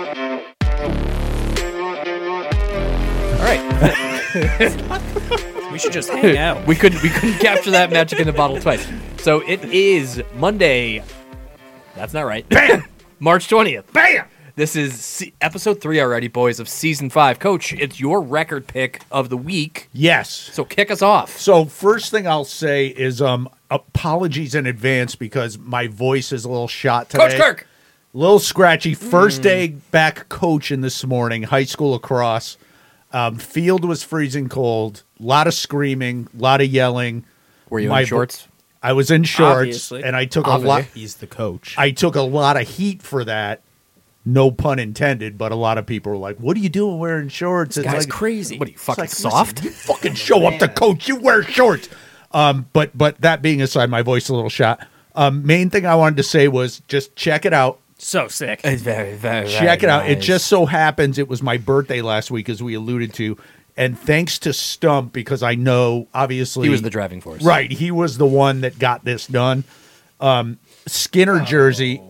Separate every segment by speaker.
Speaker 1: We should just hang out.
Speaker 2: we couldn't we couldn't capture that magic in the bottle twice. So it is Monday. That's not right. Bam! March 20th. Bam! This is se- episode 3 already boys of season 5. Coach, it's your record pick of the week.
Speaker 3: Yes.
Speaker 2: So kick us off.
Speaker 3: So first thing I'll say is um apologies in advance because my voice is a little shot today.
Speaker 2: Coach Kirk.
Speaker 3: Little scratchy. First
Speaker 2: Hmm.
Speaker 3: day back coaching this morning, high school across. Um, field was freezing cold. A lot of screaming, a lot of yelling.
Speaker 2: Were you
Speaker 3: My
Speaker 2: in
Speaker 3: vo-
Speaker 2: shorts?
Speaker 3: I was in shorts
Speaker 1: Obviously.
Speaker 3: and I took a lot
Speaker 2: Obviously.
Speaker 4: He's the coach.
Speaker 3: I took a lot of heat for that. No pun intended, but a lot of people were like, "What are you doing wearing shorts?" It's
Speaker 2: guy's
Speaker 3: like,
Speaker 1: Crazy.
Speaker 2: What are you fucking
Speaker 3: like,
Speaker 2: soft?
Speaker 3: fucking show up to coach. You wear shorts. Um, but but that being aside, my voice a little shot. Um, main thing I wanted to say was just check it out.
Speaker 1: So sick.
Speaker 2: It's very, very,
Speaker 3: Check it
Speaker 2: very
Speaker 3: out. It
Speaker 2: nice.
Speaker 3: just so happens it was my birthday last week, as we alluded to, and thanks to Stump because I know obviously
Speaker 2: he was the driving force.
Speaker 3: Right, he was the one that got this done. Um, Skinner jersey,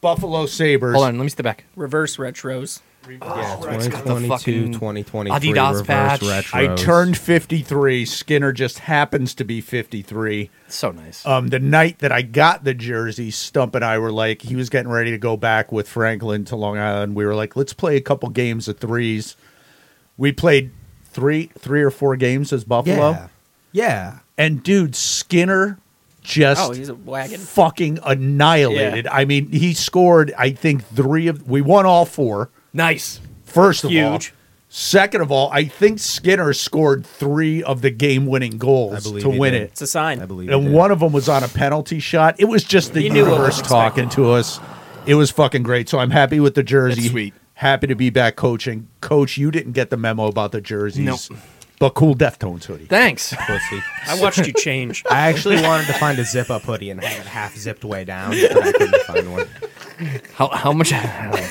Speaker 3: Buffalo Sabers.
Speaker 2: Hold on, let me step back.
Speaker 1: Reverse retros.
Speaker 4: yeah,
Speaker 2: fucking
Speaker 4: 2022, 2023,
Speaker 2: Adidas
Speaker 4: reverse
Speaker 2: patch.
Speaker 4: retros.
Speaker 3: I turned fifty three. Skinner just happens to be fifty three.
Speaker 2: It's so nice.
Speaker 3: um, the night that I got the jersey, Stump and I were like, he was getting ready to go back with Franklin to Long Island. We were like, let's play a couple games of threes. We played three, three or four games as Buffalo,
Speaker 4: Yeah. Yeah.
Speaker 3: and dude, Skinner
Speaker 1: Oh,
Speaker 3: just
Speaker 1: he's a wagon.
Speaker 3: fucking annihilated. I mean, he scored. I think three of we won all four.
Speaker 2: nice.
Speaker 3: First of
Speaker 1: Huge.
Speaker 3: all. Second of all, I think Skinner scored three of the game-winning
Speaker 4: I
Speaker 3: goals
Speaker 4: believe
Speaker 3: to
Speaker 4: he
Speaker 3: win
Speaker 4: did.
Speaker 3: it
Speaker 1: It's a sign.
Speaker 4: I believe.
Speaker 3: and
Speaker 4: it.
Speaker 3: one of them was on a penalty shot. It was just the
Speaker 1: You knew what
Speaker 3: universe
Speaker 1: was expected.
Speaker 3: talking to us. It was fucking great. So I'm happy with the jersey.
Speaker 2: That's sweet.
Speaker 3: Happy to be back coaching. Coach, you didn't get the memo about the jerseys.
Speaker 2: Nope.
Speaker 3: But cool Deftones hoodie.
Speaker 2: Thanks.
Speaker 4: Pussy.
Speaker 1: I watched you change.
Speaker 4: I actually wanted to find a zip up hoodie and have it half zipped way down, but I couldn't find one.
Speaker 2: How, how much?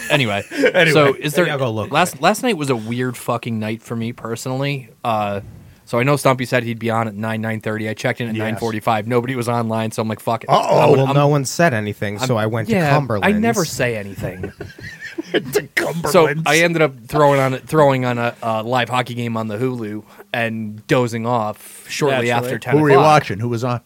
Speaker 2: anyway, so is there?
Speaker 4: Maybe I'll go look.
Speaker 2: Last last night was a weird fucking night for me personally. Uh, so I know Stumpy said he'd be on at nine nine thirty. I checked in at
Speaker 3: Yes.
Speaker 2: nine forty five. Nobody was online, so I'm like, fuck it.
Speaker 3: Uh-oh.
Speaker 2: I'm
Speaker 4: well,
Speaker 2: gonna- I'm-
Speaker 4: no one said anything, so I went
Speaker 2: yeah,
Speaker 4: to Cumberland.
Speaker 2: I never say anything.
Speaker 3: The Cumberlands.
Speaker 2: so I ended up throwing on throwing on a, a live hockey game on the Hulu and dozing off shortly
Speaker 1: Naturally.
Speaker 2: after ten.
Speaker 3: Who were you
Speaker 2: o'clock.
Speaker 3: watching? Who was on?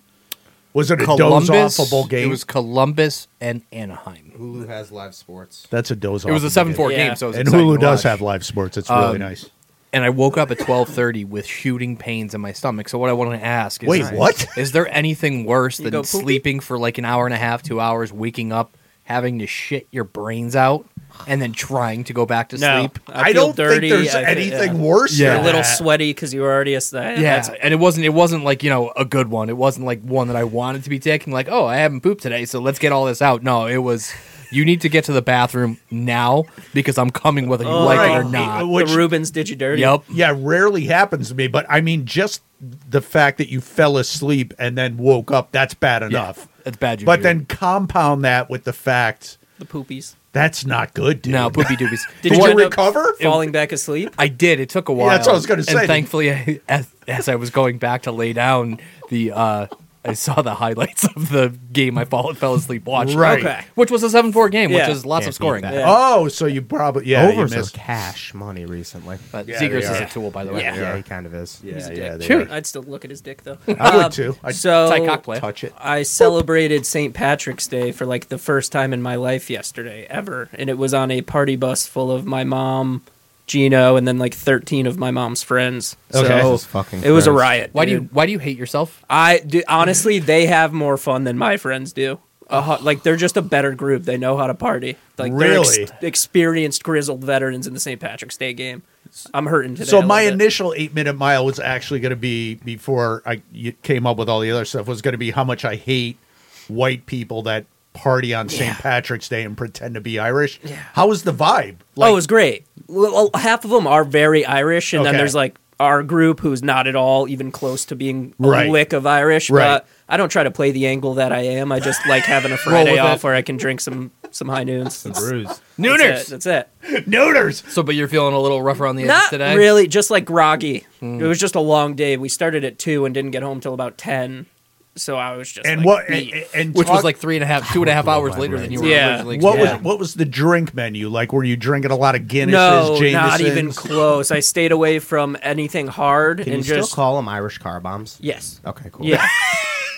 Speaker 3: Was it a doze
Speaker 2: Columbus.
Speaker 3: offable game?
Speaker 2: It was Columbus and Anaheim.
Speaker 4: Hulu has live sports.
Speaker 3: That's a doze off.
Speaker 2: It was a seven four
Speaker 1: Yeah.
Speaker 2: game, so it was
Speaker 3: And
Speaker 2: exciting
Speaker 3: Hulu
Speaker 2: to
Speaker 3: does
Speaker 2: watch.
Speaker 3: have live sports. It's really
Speaker 2: Um,
Speaker 3: nice.
Speaker 2: and I woke up at twelve thirty with shooting pains in my stomach. So what I want to ask is,
Speaker 3: Wait, what?
Speaker 2: is there anything worse
Speaker 1: You
Speaker 2: than
Speaker 1: go poopy?
Speaker 2: sleeping for like an hour and a half, two hours, waking up, having to shit your brains out, and then trying to go back to
Speaker 1: No,
Speaker 2: sleep?
Speaker 1: I, feel
Speaker 3: don't
Speaker 1: dirty.
Speaker 3: think there's
Speaker 1: I feel-
Speaker 3: anything
Speaker 1: yeah.
Speaker 3: worse.
Speaker 2: Yeah.
Speaker 3: than
Speaker 1: A little
Speaker 3: that.
Speaker 1: sweaty because you were already a. That,
Speaker 2: Yeah,
Speaker 1: that's-
Speaker 2: and it wasn't. It wasn't like you know a good one. It wasn't like one that I wanted to be taking. Like, oh, I haven't pooped today, so let's get all this out. No, it was. You need to get to the bathroom now because I'm coming, whether you
Speaker 1: Oh,
Speaker 2: like it or
Speaker 3: right.
Speaker 2: not.
Speaker 1: The
Speaker 3: Which-
Speaker 1: Rubens did you dirty?
Speaker 2: Yep.
Speaker 3: yeah, rarely happens to me, but I mean, just the fact that you fell asleep and then woke up, that's bad enough.
Speaker 2: That's bad.
Speaker 3: But
Speaker 2: juju.
Speaker 3: then compound that with the fact
Speaker 1: The poopies.
Speaker 3: that's not good, dude.
Speaker 2: no poopy doobies.
Speaker 1: Did
Speaker 2: The
Speaker 1: you
Speaker 2: one-
Speaker 3: you
Speaker 1: end up
Speaker 3: recover?
Speaker 1: Falling back asleep.
Speaker 2: I did. It took a while.
Speaker 3: that's what I was gonna say.
Speaker 2: And thankfully, I, as, as I was going back to lay down, the uh, I saw the highlights of the game. I fall, fell asleep watching,
Speaker 3: Right.
Speaker 1: Okay.
Speaker 2: which was a seven-four game,
Speaker 1: Yeah.
Speaker 2: which is lots
Speaker 4: Can't
Speaker 2: of scoring.
Speaker 4: beat that.
Speaker 1: Yeah.
Speaker 3: Oh, so you probably yeah you
Speaker 4: Overs are
Speaker 3: missed.
Speaker 4: cash money recently.
Speaker 2: But
Speaker 3: Yeah,
Speaker 2: Zegers
Speaker 3: they
Speaker 2: is
Speaker 3: are.
Speaker 2: a tool, by the way.
Speaker 1: Yeah.
Speaker 4: yeah, he kind of is.
Speaker 3: Yeah,
Speaker 1: yeah,
Speaker 3: yeah,
Speaker 2: Shoot.
Speaker 1: I'd still look at his dick though.
Speaker 3: I
Speaker 1: Um,
Speaker 3: would too. I
Speaker 1: so
Speaker 2: It's like cock play.
Speaker 3: Oh, touch it.
Speaker 1: I celebrated St. Patrick's Day for like the first time in my life yesterday ever, and it was on a party bus full of my mom, Gino, and then like thirteen of my mom's friends.
Speaker 4: Oh,
Speaker 3: Okay.
Speaker 1: So
Speaker 4: Jesus fucking
Speaker 1: it was a
Speaker 4: Christ.
Speaker 1: riot.
Speaker 2: Why do you
Speaker 1: dude.
Speaker 2: Why do you hate yourself?
Speaker 1: I do, honestly, they have more fun than my friends do. A hu- like they're just a better group. They know how to party. Like they're ex-
Speaker 3: Really?
Speaker 1: experienced, grizzled veterans in the St. Patrick's Day game. I'm hurting today.
Speaker 3: So
Speaker 1: a
Speaker 3: my
Speaker 1: little bit.
Speaker 3: initial eight minute mile was actually going to be before I you came up with all the other stuff was going to be how much I hate white people that party on St.
Speaker 1: Yeah.
Speaker 3: Patrick's Day and pretend to be Irish.
Speaker 1: Yeah.
Speaker 3: How was the vibe?
Speaker 1: oh, it was great. Well, well, half of them are very Irish, and
Speaker 3: Okay.
Speaker 1: then there's like our group who's not at all even close to being a
Speaker 3: Right.
Speaker 1: lick of Irish.
Speaker 3: Right.
Speaker 1: But I don't try to play the angle that I am. I just like having a Friday
Speaker 2: with
Speaker 1: off
Speaker 2: it.
Speaker 1: where I can drink some some high noons.
Speaker 4: Some bruise.
Speaker 1: That's
Speaker 2: Nooners.
Speaker 1: it. That's it.
Speaker 3: Nooners.
Speaker 2: So, but you're feeling a little rough around the edges
Speaker 1: Not
Speaker 2: today.
Speaker 1: really, just like groggy. It was just a long day. We started at two and didn't get home till about ten. So I was just
Speaker 3: And
Speaker 1: like,
Speaker 3: what?
Speaker 1: beat.
Speaker 3: And, and
Speaker 2: which was
Speaker 3: talk-
Speaker 2: like three and a half, two and a half hours later than you were
Speaker 1: Yeah.
Speaker 2: originally.
Speaker 3: what
Speaker 1: Yeah.
Speaker 3: was what was the drink menu like? Were you drinking a lot of Guinnesses,
Speaker 1: no,
Speaker 3: Jamesons?
Speaker 1: not even close. I stayed away from anything hard
Speaker 4: Can
Speaker 1: and
Speaker 4: you
Speaker 1: just
Speaker 4: still call them Irish car bombs?
Speaker 1: yes,
Speaker 4: Okay, cool.
Speaker 1: yeah.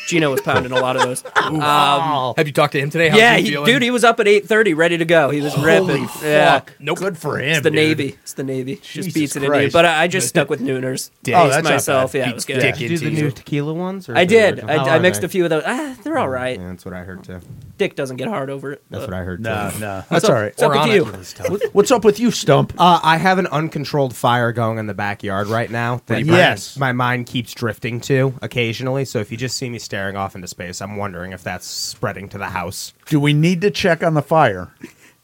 Speaker 1: Gino was pounding a lot of those. Um,
Speaker 2: expecting. Have you talked to him today? How's
Speaker 1: yeah,
Speaker 2: he
Speaker 1: he,
Speaker 2: feeling?
Speaker 1: dude, he was up at eight thirty, ready to go. He was ripping. Yeah,
Speaker 3: Fuck. Good for him.
Speaker 1: it's the
Speaker 3: dude.
Speaker 1: Navy. It's the Navy.
Speaker 3: Jesus
Speaker 1: just beats it in you.
Speaker 3: Christ.
Speaker 1: But I, I just stuck with Nooners.
Speaker 3: Oh,
Speaker 1: Paced
Speaker 3: that's not
Speaker 1: myself.
Speaker 3: bad.
Speaker 1: Yeah, it was good.
Speaker 2: Dick
Speaker 4: Do
Speaker 2: in
Speaker 4: you do the new
Speaker 2: teaser.
Speaker 4: tequila ones? Or
Speaker 1: I
Speaker 4: is it the
Speaker 1: did.
Speaker 4: original? How
Speaker 1: I, I
Speaker 4: are
Speaker 1: mixed
Speaker 4: they?
Speaker 1: a few of those. Ah, they're all right.
Speaker 4: Yeah, that's what I heard too.
Speaker 1: Dick doesn't get hard over it.
Speaker 4: That's
Speaker 1: but-
Speaker 4: what I heard
Speaker 3: Nah,
Speaker 4: too.
Speaker 3: nah. That's
Speaker 1: What's up-
Speaker 3: all right.
Speaker 1: What's up with
Speaker 2: Or
Speaker 1: you?
Speaker 4: It's tough.
Speaker 3: What's up with you, Stump?
Speaker 4: Uh, I have an uncontrolled fire going in the backyard right now that my,
Speaker 3: Yes.
Speaker 4: my mind keeps drifting to occasionally. So if you just see me staring off into space, I'm wondering if that's spreading to the house.
Speaker 3: Do we need to check on the fire?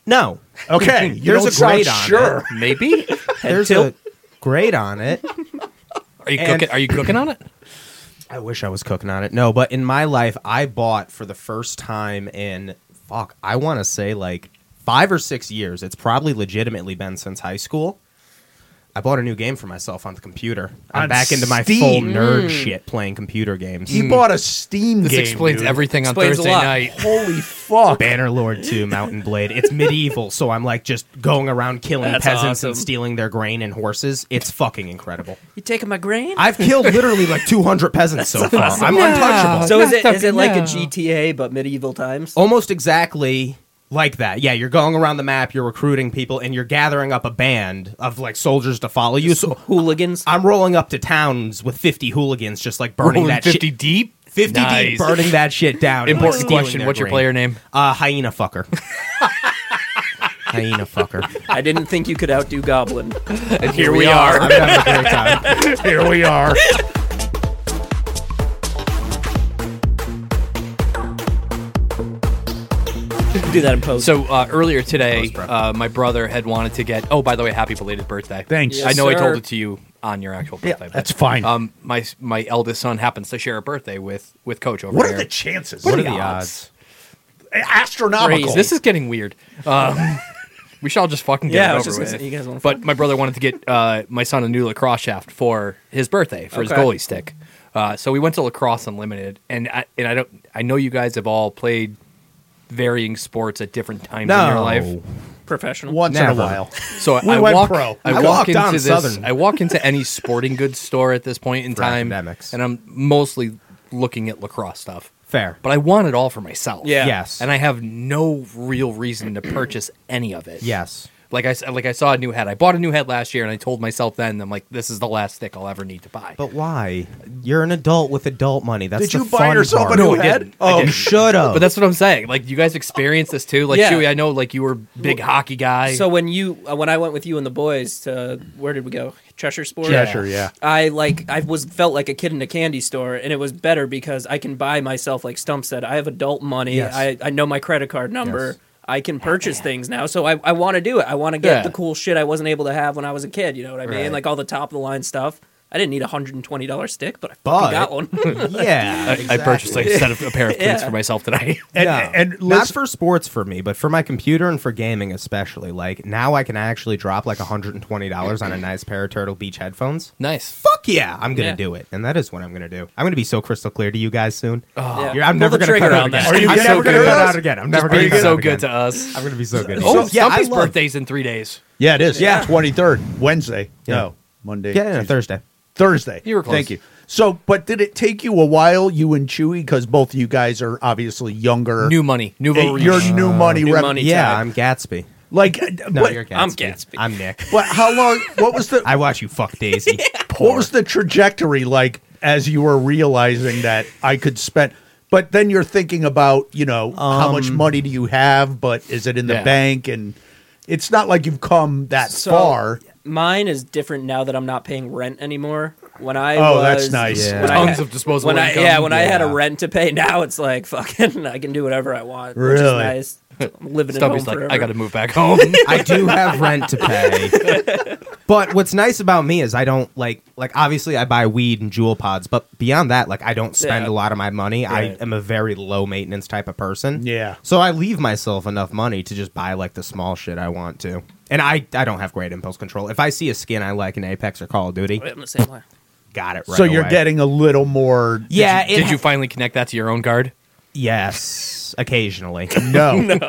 Speaker 4: No,
Speaker 3: Okay, you don't
Speaker 4: There's a grate
Speaker 3: sound
Speaker 4: on
Speaker 3: sure.
Speaker 2: Maybe.
Speaker 4: there's a
Speaker 1: tilt.
Speaker 4: grate on it.
Speaker 2: Are you
Speaker 4: And-
Speaker 2: cooking? Are you cooking on it?
Speaker 4: I wish I was cooking on it. No, but in my life, I bought for the first time in fuck, I want to say like five or six years. It's probably legitimately been since high school. I bought a new game for myself on the computer. I'm
Speaker 3: On
Speaker 4: back into my
Speaker 3: Steam.
Speaker 4: full nerd shit playing computer games.
Speaker 3: He bought a Steam
Speaker 2: This
Speaker 3: game.
Speaker 2: explains
Speaker 3: dude.
Speaker 2: everything on
Speaker 1: Explains a
Speaker 2: Thursday
Speaker 1: lot.
Speaker 2: night.
Speaker 3: Holy fuck!
Speaker 4: Bannerlord 2 Mountain Blade. It's medieval, so I'm like just going around killing
Speaker 1: That's
Speaker 4: peasants and
Speaker 1: awesome.
Speaker 4: stealing their grain and horses. It's fucking incredible.
Speaker 1: You taking my grain?
Speaker 4: I've killed literally like 200 peasants so far. I'm untouchable.
Speaker 1: so is it is it like a GTA but medieval times?
Speaker 4: almost exactly like that. Yeah, you're going around the map, you're recruiting people, and you're gathering up a band of like soldiers to follow you. So
Speaker 1: Hooligans.
Speaker 4: I'm rolling up to towns with 50 hooligans, just like burning
Speaker 2: Rolling
Speaker 4: that
Speaker 2: 50
Speaker 4: shit.
Speaker 2: deep.
Speaker 4: 50 deep, burning that shit down. and, like,
Speaker 2: Important
Speaker 4: stealing
Speaker 2: question.
Speaker 4: their
Speaker 2: What's your
Speaker 4: grain.
Speaker 2: player name?
Speaker 4: Uh, hyena fucker. hyena fucker.
Speaker 1: I didn't think you could outdo Goblin.
Speaker 2: And here we are.
Speaker 4: I'm having a great time.
Speaker 3: Here we are.
Speaker 1: Do that in post.
Speaker 2: So uh, earlier today,
Speaker 4: Close, bro.
Speaker 2: uh, my brother had wanted to get. Oh, by the way, happy belated birthday!
Speaker 3: Thanks. Yes,
Speaker 2: I know I
Speaker 1: sir.
Speaker 2: told it to you on your actual birthday. but,
Speaker 3: That's fine.
Speaker 2: Um, my my eldest son happens to share a birthday with with Coach over
Speaker 3: what are
Speaker 2: there.
Speaker 3: the chances?
Speaker 4: What
Speaker 2: the
Speaker 4: are the
Speaker 2: odds?
Speaker 4: odds?
Speaker 3: astronomical?
Speaker 2: This is getting weird. Um, we should all just fucking get
Speaker 1: Yeah,
Speaker 2: it
Speaker 1: I was
Speaker 2: over
Speaker 1: just gonna
Speaker 2: with.
Speaker 1: say, you guys wanna
Speaker 2: but my brother wanted to get uh, my son a new lacrosse shaft for his birthday for his
Speaker 1: Okay.
Speaker 2: goalie stick. Uh, so we went to lacrosse unlimited, and I, and I don't. I know you guys have all played varying sports at different times in your
Speaker 4: No.
Speaker 2: life.
Speaker 1: professional.
Speaker 3: once in
Speaker 4: Never.
Speaker 3: a while.
Speaker 2: So
Speaker 3: We
Speaker 2: I
Speaker 3: went
Speaker 2: walk.
Speaker 3: pro.
Speaker 2: I,
Speaker 4: I
Speaker 2: walk
Speaker 4: walked
Speaker 2: into
Speaker 4: on
Speaker 2: this.
Speaker 4: Southern.
Speaker 2: I walk into any sporting goods store at this point in
Speaker 4: For
Speaker 2: time,
Speaker 4: academics.
Speaker 2: and I'm mostly looking at lacrosse stuff.
Speaker 4: Fair.
Speaker 2: But I want it all for myself.
Speaker 1: Yeah.
Speaker 4: Yes.
Speaker 2: And I have no real reason to purchase any of it.
Speaker 4: yes.
Speaker 2: Like I s- like I saw a new head. I bought a new head last year, and I told myself then, I'm like, this is the last stick I'll ever need to buy.
Speaker 4: But why? You're an adult with adult money. That's
Speaker 3: Did
Speaker 4: the
Speaker 3: you buy
Speaker 4: fun
Speaker 3: yourself
Speaker 4: part.
Speaker 3: a new
Speaker 2: No, I
Speaker 3: head?
Speaker 2: didn't. I
Speaker 4: Oh,
Speaker 2: didn't.
Speaker 4: should have.
Speaker 2: But that's what I'm saying. Like you guys experienced this too. Like
Speaker 1: Yeah.
Speaker 2: Chewy, I know like you were a big hockey guy.
Speaker 1: So when you uh, when I went with you and the boys to where did we go? Cheshire Sport.
Speaker 3: Cheshire, yeah.
Speaker 1: I like I was felt like a kid in a candy store, and it was better because I can buy myself like Stump said. I have adult money.
Speaker 4: Yes.
Speaker 1: I I know my credit card number.
Speaker 4: Yes.
Speaker 1: I can purchase things now, so I, I want to do it. I want to get
Speaker 2: Yeah.
Speaker 1: the cool shit I wasn't able to have when I was a kid. You know what I mean?
Speaker 2: Right.
Speaker 1: Like all the top of the line stuff. I didn't need a hundred and twenty dollar stick, but I
Speaker 4: But-
Speaker 1: fucking got one.
Speaker 4: yeah.
Speaker 2: I, I purchased like a set of a pair of boots
Speaker 1: Yeah.
Speaker 2: for myself today.
Speaker 3: And,
Speaker 4: yeah.
Speaker 3: and
Speaker 4: not
Speaker 3: let's-
Speaker 4: for sports for me, but for my computer and for gaming especially. Like now I can actually drop like $120 on a nice pair of Turtle Beach headphones.
Speaker 2: nice.
Speaker 4: Fuck yeah, I'm gonna
Speaker 1: Yeah.
Speaker 4: do it, and that is what I'm gonna do. I'm gonna be so crystal clear to you guys soon.
Speaker 1: Oh,
Speaker 2: Ah.
Speaker 1: Yeah.
Speaker 4: You're- I'm
Speaker 1: Pull
Speaker 4: never
Speaker 1: the
Speaker 4: gonna cut
Speaker 1: trigger
Speaker 4: out
Speaker 1: on
Speaker 4: again.
Speaker 1: that.
Speaker 3: Are you
Speaker 4: I'm
Speaker 3: gonna
Speaker 4: never
Speaker 3: cut
Speaker 4: gonna
Speaker 3: it
Speaker 4: cut
Speaker 3: out?
Speaker 4: out again. I'm
Speaker 2: Just
Speaker 4: never gonna
Speaker 2: being
Speaker 4: cut
Speaker 2: so
Speaker 4: out
Speaker 2: good to
Speaker 4: again.
Speaker 2: us.
Speaker 4: I'm gonna be so good.
Speaker 2: Oh,
Speaker 4: So, yeah, I
Speaker 2: Stumpy's
Speaker 4: love-
Speaker 2: birthday's in three days.
Speaker 3: yeah, it is.
Speaker 4: Yeah.
Speaker 3: twenty third Wednesday.
Speaker 4: Yeah.
Speaker 3: No, Monday.
Speaker 4: Yeah, yeah,
Speaker 3: Tuesday.
Speaker 4: Thursday.
Speaker 3: Thursday.
Speaker 2: You were close.
Speaker 3: Thank you. So, but did it take you a while, you and Chewy, because both of you guys are obviously younger.
Speaker 2: New money, nouveau
Speaker 3: Hey,
Speaker 2: riche.
Speaker 3: Your new money.
Speaker 1: New
Speaker 3: rep-
Speaker 1: money.
Speaker 4: Yeah,
Speaker 1: time.
Speaker 4: I'm Gatsby.
Speaker 3: Like,
Speaker 4: No,
Speaker 3: what,
Speaker 4: you're Gatsby.
Speaker 1: I'm Gatsby.
Speaker 4: I'm Nick.
Speaker 3: what- How long? What was the?
Speaker 4: I watch you fuck Daisy.
Speaker 3: What was the trajectory like as you were realizing that I could spend? But then you're thinking about, you know, how much money do you have? But is it in the
Speaker 2: Yeah.
Speaker 3: bank? And it's not like you've come that
Speaker 1: So,
Speaker 3: far.
Speaker 1: Mine is different now that I'm not paying rent anymore. When I
Speaker 3: Oh,
Speaker 1: was,
Speaker 3: that's nice.
Speaker 4: Yeah.
Speaker 1: When I
Speaker 2: Tons
Speaker 1: had-
Speaker 2: of disposable
Speaker 1: when I,
Speaker 2: income.
Speaker 1: Yeah, when I had a
Speaker 4: Yeah.
Speaker 1: rent to pay, now it's like fucking. I can do whatever I want, which
Speaker 3: Really?
Speaker 1: is nice. I'm living at home
Speaker 2: Stumpy's like,
Speaker 1: forever.
Speaker 2: I got to move back home.
Speaker 4: I do have rent to pay. But what's nice about me is I don't like like obviously I buy weed and jewel pods, but beyond that, like I don't spend
Speaker 1: Yeah.
Speaker 4: a lot of my money. I
Speaker 3: Right.
Speaker 4: am a very low maintenance type of person.
Speaker 3: Yeah.
Speaker 4: So I leave myself enough money to just buy like the small shit I want to. And I I don't have great impulse control. If I see a skin I like in Apex or Call of Duty,
Speaker 1: I'm the same way.
Speaker 4: got it right.
Speaker 3: so you're
Speaker 4: away.
Speaker 3: getting a little more.
Speaker 4: yeah.
Speaker 2: Did
Speaker 4: it
Speaker 2: you
Speaker 4: ha-
Speaker 2: finally connect that to your own card?
Speaker 4: yes, occasionally.
Speaker 3: No,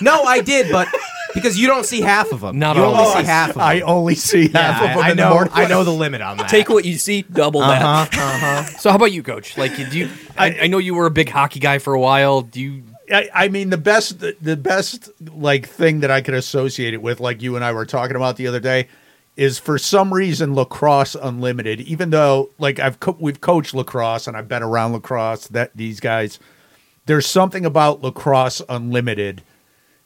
Speaker 4: no, I did, but because you don't see half of them.
Speaker 2: Not
Speaker 4: you
Speaker 2: all.
Speaker 4: only
Speaker 2: Oh,
Speaker 4: see half of them.
Speaker 3: I only see half
Speaker 4: Yeah,
Speaker 3: of them
Speaker 4: I
Speaker 3: in the
Speaker 4: know.
Speaker 3: morning.
Speaker 4: I know the limit on that.
Speaker 1: Take what you see, double
Speaker 4: Uh
Speaker 1: that.
Speaker 4: huh. Uh huh.
Speaker 2: So how about you, coach? Like, do you? I, I know you were a big hockey guy for a while. Do you?
Speaker 3: I, I mean the best the, the best like thing that I could associate it with, like you and I were talking about the other day, is for some reason lacrosse unlimited. Even though like I've co- we've coached lacrosse and I've been around lacrosse that these guys, there's something about lacrosse unlimited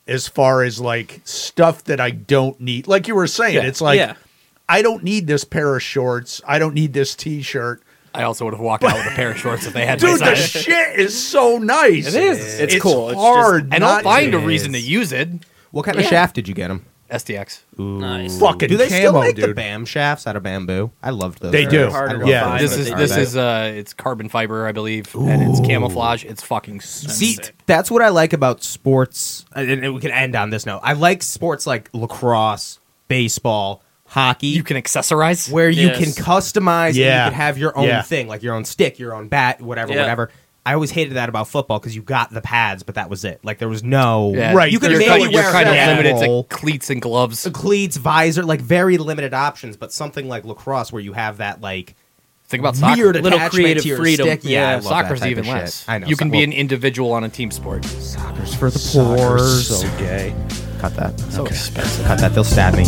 Speaker 3: as far as like stuff that I don't need. Like you were saying,
Speaker 2: Yeah,
Speaker 3: it's like
Speaker 1: yeah.
Speaker 3: I don't need this pair of shorts. I don't need this t-shirt.
Speaker 2: I also would have walked out with a pair of shorts if they had
Speaker 3: Dude,
Speaker 2: my
Speaker 3: the
Speaker 2: size.
Speaker 3: shit is so nice.
Speaker 2: It is.
Speaker 1: It's cool. It's just-
Speaker 3: hard,
Speaker 2: and I'll
Speaker 3: not to.
Speaker 2: find a
Speaker 4: It
Speaker 2: reason to
Speaker 4: is.
Speaker 2: use it.
Speaker 4: What kind of shaft did you get him?
Speaker 2: STX.
Speaker 1: Nice.
Speaker 3: fucking
Speaker 4: Do they still
Speaker 3: camo,
Speaker 4: make the
Speaker 3: dude.
Speaker 4: BAM shafts out of bamboo? I loved those.
Speaker 3: They
Speaker 4: things.
Speaker 3: do.
Speaker 4: I
Speaker 1: Harder
Speaker 4: love
Speaker 1: to
Speaker 3: Yeah.
Speaker 4: those.
Speaker 1: find,
Speaker 2: This
Speaker 1: but
Speaker 2: is
Speaker 1: they
Speaker 2: this
Speaker 1: are
Speaker 2: is uh, it's carbon fiber, I believe, and it's camouflage. It's fucking
Speaker 4: See,
Speaker 2: sick.
Speaker 4: that's what I like about sports, and and we can end on this note. I like sports like lacrosse, baseball, hockey.
Speaker 2: You can accessorize.
Speaker 4: where you
Speaker 1: Yes.
Speaker 4: can customize and
Speaker 3: Yeah.
Speaker 4: you can have your own
Speaker 3: Yeah.
Speaker 4: thing, like your own stick, your own bat, whatever,
Speaker 1: Yeah.
Speaker 4: whatever. I always hated that about football because you got the pads, but that was it. Like there was no
Speaker 2: Yeah.
Speaker 3: Right,
Speaker 4: You could
Speaker 2: you're
Speaker 4: maybe
Speaker 2: kind, you're
Speaker 4: wear
Speaker 2: kind of
Speaker 4: a
Speaker 2: limited
Speaker 4: goal.
Speaker 2: to cleats and gloves.
Speaker 4: cleats, visor, like very limited options. But something like lacrosse, where you have that like
Speaker 2: Think about soccer.
Speaker 4: weird
Speaker 1: Little
Speaker 4: attachment
Speaker 1: creative
Speaker 4: to your
Speaker 1: freedom.
Speaker 4: stick. Yeah, I
Speaker 1: Yeah,
Speaker 4: love that
Speaker 2: Soccer's
Speaker 4: type
Speaker 2: even
Speaker 4: of shit.
Speaker 2: less.
Speaker 4: I know.
Speaker 2: You can
Speaker 4: So-
Speaker 2: be
Speaker 4: well,
Speaker 2: an individual on a team sport.
Speaker 4: soccer's for the poor.
Speaker 3: Soccer's so gay.
Speaker 4: Cut that. So expensive. Cut that. They'll stab me.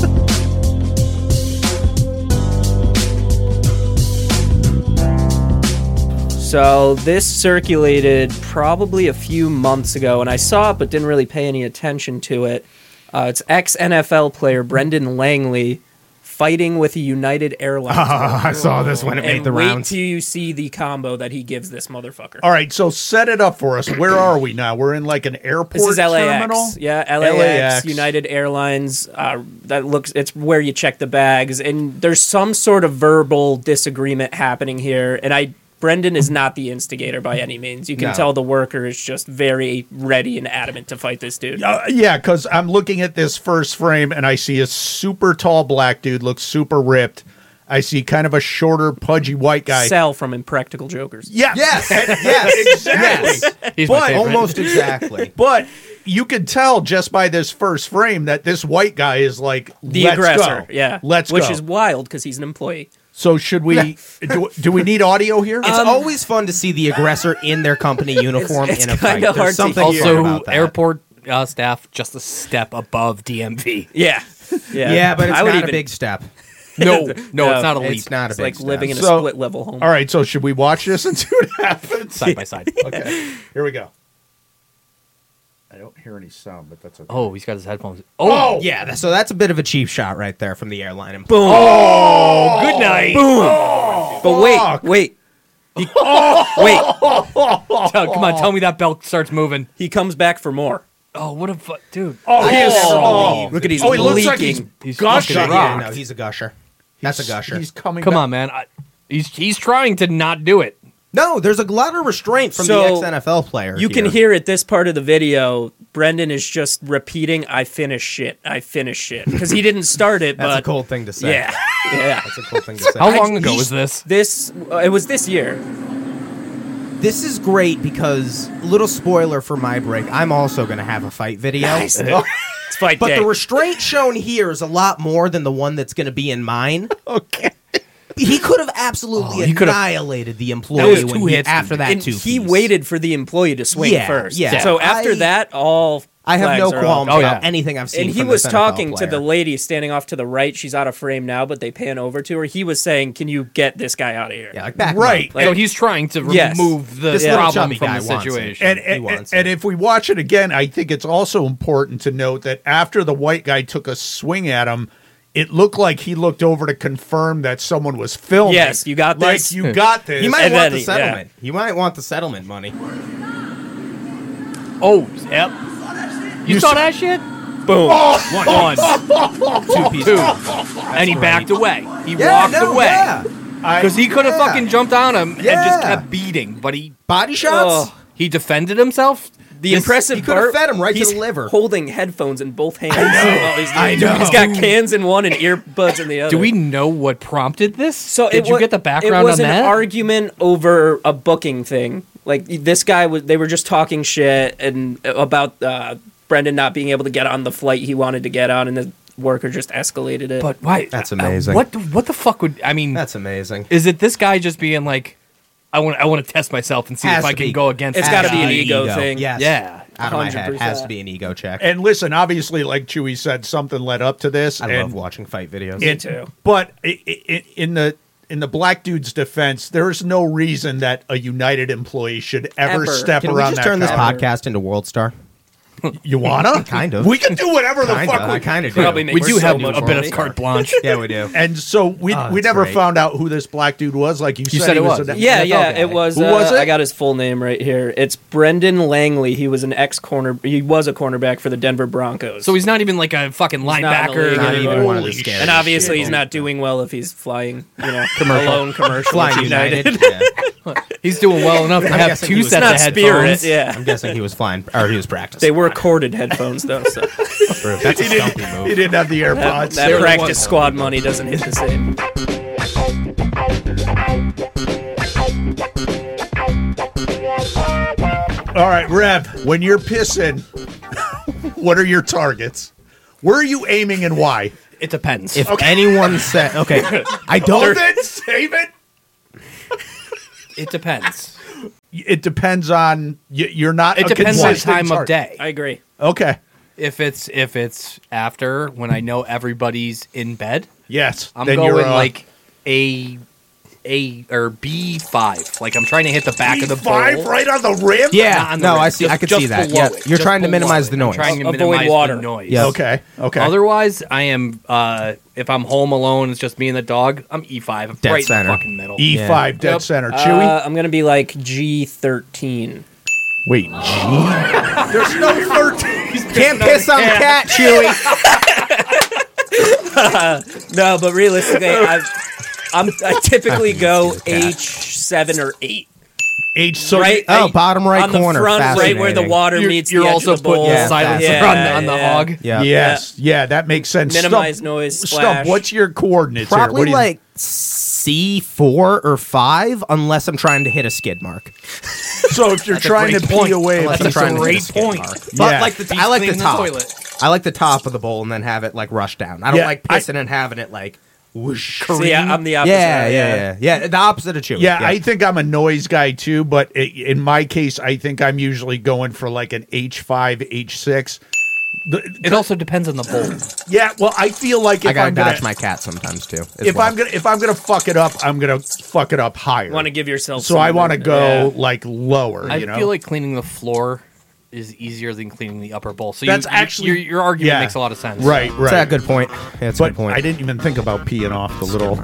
Speaker 1: So this circulated probably a few months ago, and I saw it but didn't really pay any attention to it. Uh, it's ex NFL player Brendan Langley fighting with a United Airlines.
Speaker 4: Oh, I saw this when it
Speaker 1: and wait till you see the combo that he gives this motherfucker.
Speaker 3: All right, so set it up for us. Where are we now? We're in like an airport
Speaker 1: This is LAX.
Speaker 3: terminal.
Speaker 1: Yeah, LAX, United Airlines. Uh, that looks. It's where you check the bags, and there's some sort of verbal disagreement happening here. And I, Brendan is not the instigator by any means. You can
Speaker 4: No.
Speaker 1: tell the worker is just very ready and adamant to fight this dude.
Speaker 3: Uh, yeah, because I'm looking at this first frame and I see a super tall black dude, looks super ripped. I see kind of a shorter, pudgy white guy.
Speaker 1: Sell from Impractical Jokers.
Speaker 3: yeah,
Speaker 4: Yes.
Speaker 3: yes, exactly.
Speaker 4: yes.
Speaker 2: He's my
Speaker 4: But
Speaker 2: favorite.
Speaker 4: almost exactly.
Speaker 3: But you could tell just by this first frame that this white guy is like
Speaker 1: The
Speaker 3: "Let's
Speaker 1: aggressor.
Speaker 3: go.
Speaker 1: Yeah.
Speaker 3: let's
Speaker 1: Which
Speaker 3: go.
Speaker 1: is wild because he's an employee.
Speaker 3: so should we? do, do we need audio here?
Speaker 4: It's always fun to see the aggressor in their company uniform
Speaker 1: Um, it's
Speaker 4: in
Speaker 1: kinda
Speaker 4: a fight. There's
Speaker 1: hard to
Speaker 4: something
Speaker 1: hear.
Speaker 4: fun
Speaker 2: Also,
Speaker 4: about that.
Speaker 2: airport uh, staff just a step above DMV.
Speaker 1: Yeah. Yeah.
Speaker 4: Yeah, but it's
Speaker 1: I would
Speaker 4: not
Speaker 1: even-
Speaker 4: a big step.
Speaker 2: No, no, it's not a leap.
Speaker 4: It's not a
Speaker 1: It's
Speaker 4: big
Speaker 1: like
Speaker 4: step.
Speaker 1: living in a
Speaker 3: So-
Speaker 1: split level home.
Speaker 3: All right, so should we watch this and see what happens?
Speaker 2: Side by side.
Speaker 3: Okay, here we go. I don't hear any sound, but that's okay.
Speaker 2: Oh, he's got his headphones. Oh,
Speaker 3: Oh!
Speaker 4: yeah, tha- so that's a bit of a cheap shot right there from the airline. employee.
Speaker 1: Boom.
Speaker 3: Oh,
Speaker 1: Oh.
Speaker 2: good night.
Speaker 3: fuck.
Speaker 1: but
Speaker 3: Oh.
Speaker 1: wait, wait. He- wait.
Speaker 2: Tell- come on, tell me that belt starts moving.
Speaker 1: He comes back for more.
Speaker 2: Oh, what a fu- dude.
Speaker 3: Oh, he is. Oh,
Speaker 1: Look at he's
Speaker 3: Oh, he looks like he's
Speaker 1: leaking.
Speaker 2: He's
Speaker 3: gushing.
Speaker 2: fucking
Speaker 4: Yeah,
Speaker 2: rocked.
Speaker 4: no, he's a gusher. That's a gusher.
Speaker 3: He's coming.
Speaker 2: Come
Speaker 3: back.
Speaker 2: on, man. I, he's he's trying to not do it.
Speaker 4: no, there's a lot of restraint from
Speaker 1: So,
Speaker 4: the ex NFL player.
Speaker 1: You can hear at this part of the video, Brendan is just repeating, "I finish shit, I finish shit," because he didn't start it.
Speaker 4: That's
Speaker 1: but
Speaker 4: a cool thing to say.
Speaker 1: yeah, yeah.
Speaker 4: That's a cool thing to say.
Speaker 2: How long ago
Speaker 1: he's-
Speaker 2: was this?
Speaker 1: This uh, it was this year.
Speaker 4: This is great because, little spoiler for my break, I'm also going to have a fight video.
Speaker 1: It's fight
Speaker 4: But
Speaker 1: day.
Speaker 4: the restraint shown here is a lot more than the one that's going to be in mine.
Speaker 3: Okay.
Speaker 4: He could have absolutely
Speaker 2: Oh, he could have-
Speaker 4: annihilated the
Speaker 2: was
Speaker 4: employee when
Speaker 2: two
Speaker 4: he,
Speaker 2: hits,
Speaker 4: after
Speaker 2: dude.
Speaker 4: that
Speaker 1: and
Speaker 4: two.
Speaker 1: he
Speaker 4: piece.
Speaker 1: waited for the employee to swing
Speaker 4: Yeah,
Speaker 1: first.
Speaker 4: yeah.
Speaker 1: So after
Speaker 4: I-
Speaker 1: that, all
Speaker 4: I have
Speaker 1: flags
Speaker 4: no
Speaker 1: are up.
Speaker 4: qualms
Speaker 2: Oh, yeah.
Speaker 4: about anything I've seen.
Speaker 1: And he
Speaker 4: from
Speaker 1: was
Speaker 4: this NFL
Speaker 1: talking to
Speaker 4: player.
Speaker 1: the lady standing off to the right. She's out of frame now, but they pan over to her. He was saying, "Can you get this guy out of here?"
Speaker 4: yeah, like back him up.
Speaker 3: Right.
Speaker 2: so he's trying to remove
Speaker 1: Yes.
Speaker 2: the
Speaker 4: This little
Speaker 2: problem
Speaker 4: chubby
Speaker 2: from
Speaker 4: guy
Speaker 2: the
Speaker 4: wants it.
Speaker 2: situation.
Speaker 3: And
Speaker 4: He
Speaker 3: and,
Speaker 4: wants
Speaker 3: and
Speaker 4: it.
Speaker 3: if we watch it again, I think it's also important to note that after the white guy took a swing at him, it looked like he looked over to confirm that someone was filming.
Speaker 1: Yes, you got
Speaker 3: like,
Speaker 1: this?
Speaker 3: you got this.
Speaker 4: He might
Speaker 1: And
Speaker 4: want
Speaker 1: then
Speaker 4: the
Speaker 1: he-
Speaker 4: settlement. He might want the settlement money.
Speaker 2: oh, yep. You, saw that shit?
Speaker 1: Boom.
Speaker 2: One, one,
Speaker 4: Two pieces.
Speaker 2: two, and he backed away. He
Speaker 4: Yeah,
Speaker 2: walked
Speaker 4: no,
Speaker 2: away
Speaker 4: yeah.
Speaker 3: I-
Speaker 2: because he could have
Speaker 4: Yeah.
Speaker 2: fucking jumped on him and just
Speaker 4: Yeah.
Speaker 2: kept beating, but he
Speaker 4: Body shots.
Speaker 1: Oh.
Speaker 2: he defended himself.
Speaker 1: The
Speaker 4: This-
Speaker 1: impressive
Speaker 4: he
Speaker 1: part,
Speaker 4: could've fed him right to
Speaker 1: he's
Speaker 4: the liver.
Speaker 1: holding headphones in both hands. while he's doing
Speaker 4: I
Speaker 1: it.
Speaker 4: know.
Speaker 1: He's got cans in one and earbuds in the other.
Speaker 2: Do we know what prompted this?
Speaker 1: So
Speaker 2: did
Speaker 1: it
Speaker 2: you
Speaker 1: wa-
Speaker 2: get the background
Speaker 1: It was
Speaker 2: on
Speaker 1: an
Speaker 2: that?
Speaker 1: argument over a booking thing. Like this guy was, they were just talking shit and about uh, Brendan not being able to get on the flight he wanted to get on, and the worker just escalated it.
Speaker 2: but why?
Speaker 4: That's
Speaker 2: uh,
Speaker 4: amazing.
Speaker 2: what What the fuck would I mean?
Speaker 4: That's amazing.
Speaker 2: is it this guy just being like, I want I want to test myself and see
Speaker 4: Has
Speaker 2: if I
Speaker 4: to
Speaker 2: can
Speaker 4: be.
Speaker 2: go against?
Speaker 1: It's
Speaker 2: this
Speaker 1: gotta
Speaker 2: guy.
Speaker 1: be an ego thing.
Speaker 4: Yes.
Speaker 2: Yeah.
Speaker 4: Out of my head.
Speaker 1: 100%.
Speaker 4: Has to be an ego check.
Speaker 3: And listen, obviously, like Chewy said, something led up to this.
Speaker 4: I
Speaker 3: and
Speaker 4: love watching fight videos.
Speaker 1: Me too.
Speaker 3: But i- i- i- in the in the black dude's defense, there is no reason that a United employee should ever,
Speaker 1: Ever.
Speaker 3: step
Speaker 4: Can we
Speaker 3: around
Speaker 4: just
Speaker 3: that
Speaker 4: turn this
Speaker 3: counter.
Speaker 4: podcast into World Star?
Speaker 3: You wanna?
Speaker 4: Kind of.
Speaker 3: We can do whatever the
Speaker 4: Kinda.
Speaker 3: fuck
Speaker 4: I
Speaker 3: we
Speaker 4: kind of
Speaker 1: Probably
Speaker 4: do.
Speaker 1: make-
Speaker 2: We
Speaker 1: We're
Speaker 2: do
Speaker 1: so
Speaker 2: have
Speaker 1: much
Speaker 2: a bit
Speaker 1: money.
Speaker 2: of carte blanche.
Speaker 4: Yeah, we do.
Speaker 3: And so we
Speaker 4: Oh,
Speaker 3: we
Speaker 4: that's
Speaker 3: never
Speaker 4: great.
Speaker 3: found out who this black dude was. Like you,
Speaker 2: You said
Speaker 3: he
Speaker 2: it
Speaker 3: was.
Speaker 2: was.
Speaker 3: an-
Speaker 1: Yeah,
Speaker 4: NFL
Speaker 1: yeah,
Speaker 4: guy.
Speaker 1: it was.
Speaker 3: Who
Speaker 1: uh,
Speaker 3: was it?
Speaker 1: I got his full name right here. It's Brendan Langley. He was an ex corner. He was a cornerback for the Denver Broncos.
Speaker 2: So he's not even like a fucking
Speaker 1: not in the league
Speaker 2: linebacker.
Speaker 4: Not
Speaker 1: anymore.
Speaker 4: even one of the
Speaker 3: Holy shit.
Speaker 4: scariest
Speaker 1: and obviously
Speaker 4: shit.
Speaker 1: he's not doing well if he's flying, you know, alone commercial
Speaker 4: Flying
Speaker 1: with United.
Speaker 4: United. Yeah.
Speaker 2: He's doing well enough to have
Speaker 4: guessing
Speaker 2: two
Speaker 4: he was
Speaker 2: sets
Speaker 1: not
Speaker 2: of headphones.
Speaker 1: spirit. Yeah.
Speaker 4: I'm guessing he was flying, or he was practicing.
Speaker 1: They were corded headphones though, so
Speaker 4: True. That's a stumpy
Speaker 3: He
Speaker 4: move.
Speaker 3: didn't have the
Speaker 1: that,
Speaker 3: AirPods.
Speaker 1: that
Speaker 2: They were the
Speaker 1: practice
Speaker 2: ones.
Speaker 1: squad money doesn't hit the same.
Speaker 3: All right, Rev. When you're pissing, what are your targets? Where are you aiming and why?
Speaker 2: It depends.
Speaker 4: If anyone said, okay, I
Speaker 3: Hold
Speaker 4: don't.
Speaker 3: it, save it.
Speaker 2: it depends.
Speaker 3: It depends on y- you're not.
Speaker 2: It
Speaker 3: a
Speaker 2: depends on the
Speaker 3: consistent
Speaker 2: time of
Speaker 3: target.
Speaker 2: day.
Speaker 1: I agree.
Speaker 3: Okay.
Speaker 2: If it's if it's after when I know everybody's in bed,
Speaker 3: Yes.
Speaker 2: I'm
Speaker 3: Then
Speaker 2: going
Speaker 3: you're, uh,
Speaker 2: like a a or B five. Like I'm trying to hit the back of the bowl.
Speaker 3: E five right on the rim.
Speaker 4: Yeah,
Speaker 2: Not on the
Speaker 4: no,
Speaker 2: rim,
Speaker 4: I see.
Speaker 2: just-
Speaker 4: I can
Speaker 2: just
Speaker 4: see that.
Speaker 2: below
Speaker 4: Yeah,
Speaker 2: it,
Speaker 4: you're
Speaker 2: just
Speaker 4: trying to
Speaker 2: below
Speaker 4: minimize
Speaker 2: it.
Speaker 4: the
Speaker 2: I'm
Speaker 4: noise.
Speaker 2: Trying to
Speaker 1: Avoid
Speaker 2: minimize
Speaker 1: water.
Speaker 2: the noise.
Speaker 4: Yes.
Speaker 3: Okay. Okay.
Speaker 2: Otherwise, I am. uh If I'm home alone, it's just me and the dog. I'm E five. I'm
Speaker 4: Dead
Speaker 2: right in
Speaker 4: center.
Speaker 2: the fucking middle.
Speaker 3: E five dead
Speaker 2: Yep.
Speaker 3: center. Chewy.
Speaker 1: Uh, I'm gonna be like G thirteen.
Speaker 3: Wait. G. There's no thirteen.
Speaker 4: Can't piss on the cat, Chewy.
Speaker 1: No, but realistically, I, I'm I typically go
Speaker 4: Happy to see the cat.
Speaker 1: H seven or eight.
Speaker 3: H. So
Speaker 1: Right.
Speaker 4: Oh,
Speaker 1: I-
Speaker 4: bottom right
Speaker 1: on the
Speaker 4: corner.
Speaker 1: front, right where the
Speaker 4: Fascinating.
Speaker 1: water
Speaker 2: You're,
Speaker 1: meets
Speaker 2: you're
Speaker 1: the edge
Speaker 2: also
Speaker 1: of the bowl.
Speaker 2: putting
Speaker 4: Yeah,
Speaker 2: the silencer
Speaker 1: yeah,
Speaker 2: on, the- on the
Speaker 1: yeah.
Speaker 2: hog.
Speaker 4: Yeah.
Speaker 3: Yes. Yeah. That makes sense.
Speaker 1: Minimize
Speaker 3: Stump,
Speaker 1: noise.
Speaker 3: Stump.
Speaker 1: Splash.
Speaker 3: What's your coordinates? here?
Speaker 4: Probably
Speaker 3: What do you-
Speaker 4: like C four or five, unless I'm trying to hit a skid mark.
Speaker 3: So if you're trying to
Speaker 2: great
Speaker 3: pee
Speaker 2: point.
Speaker 3: away,
Speaker 4: Unless
Speaker 3: a
Speaker 4: I'm
Speaker 3: piece
Speaker 4: trying
Speaker 3: of
Speaker 4: to hit a
Speaker 2: great
Speaker 4: skid
Speaker 2: point.
Speaker 4: mark.
Speaker 3: Yeah.
Speaker 4: But like the, I like the
Speaker 2: cleaning the
Speaker 4: top.
Speaker 2: toilet.
Speaker 4: I like the top of the bowl and then have it like rush down. I don't
Speaker 3: Yeah,
Speaker 4: like
Speaker 3: I-
Speaker 4: pissing and having it like whoosh.
Speaker 1: So yeah, I'm the opposite.
Speaker 4: Yeah, yeah, yeah, yeah. The opposite of Chewy.
Speaker 3: Yeah, I think I'm a noise guy too, but i in my case, I think I'm usually going for like an H5, H6. The-
Speaker 2: It also depends on the bowl.
Speaker 3: yeah, well, I feel like if
Speaker 4: I gotta
Speaker 3: am
Speaker 4: dodge
Speaker 3: gonna,
Speaker 4: my cat sometimes too. as
Speaker 3: if
Speaker 4: well.
Speaker 3: I'm gonna if I'm gonna fuck it up, I'm gonna fuck it up higher.
Speaker 1: Want to give yourself.
Speaker 3: so I want to
Speaker 1: something.
Speaker 3: go like lower.
Speaker 2: I
Speaker 3: you know,
Speaker 2: feel like cleaning the floor is easier than cleaning the upper bowl. So
Speaker 3: That's
Speaker 2: you,
Speaker 3: actually-
Speaker 2: your, your argument
Speaker 3: Yeah.
Speaker 2: makes a lot of sense.
Speaker 3: right, right.
Speaker 4: That's a good point. Yeah, That's a
Speaker 3: But
Speaker 4: good point.
Speaker 3: I didn't even think about peeing off the little.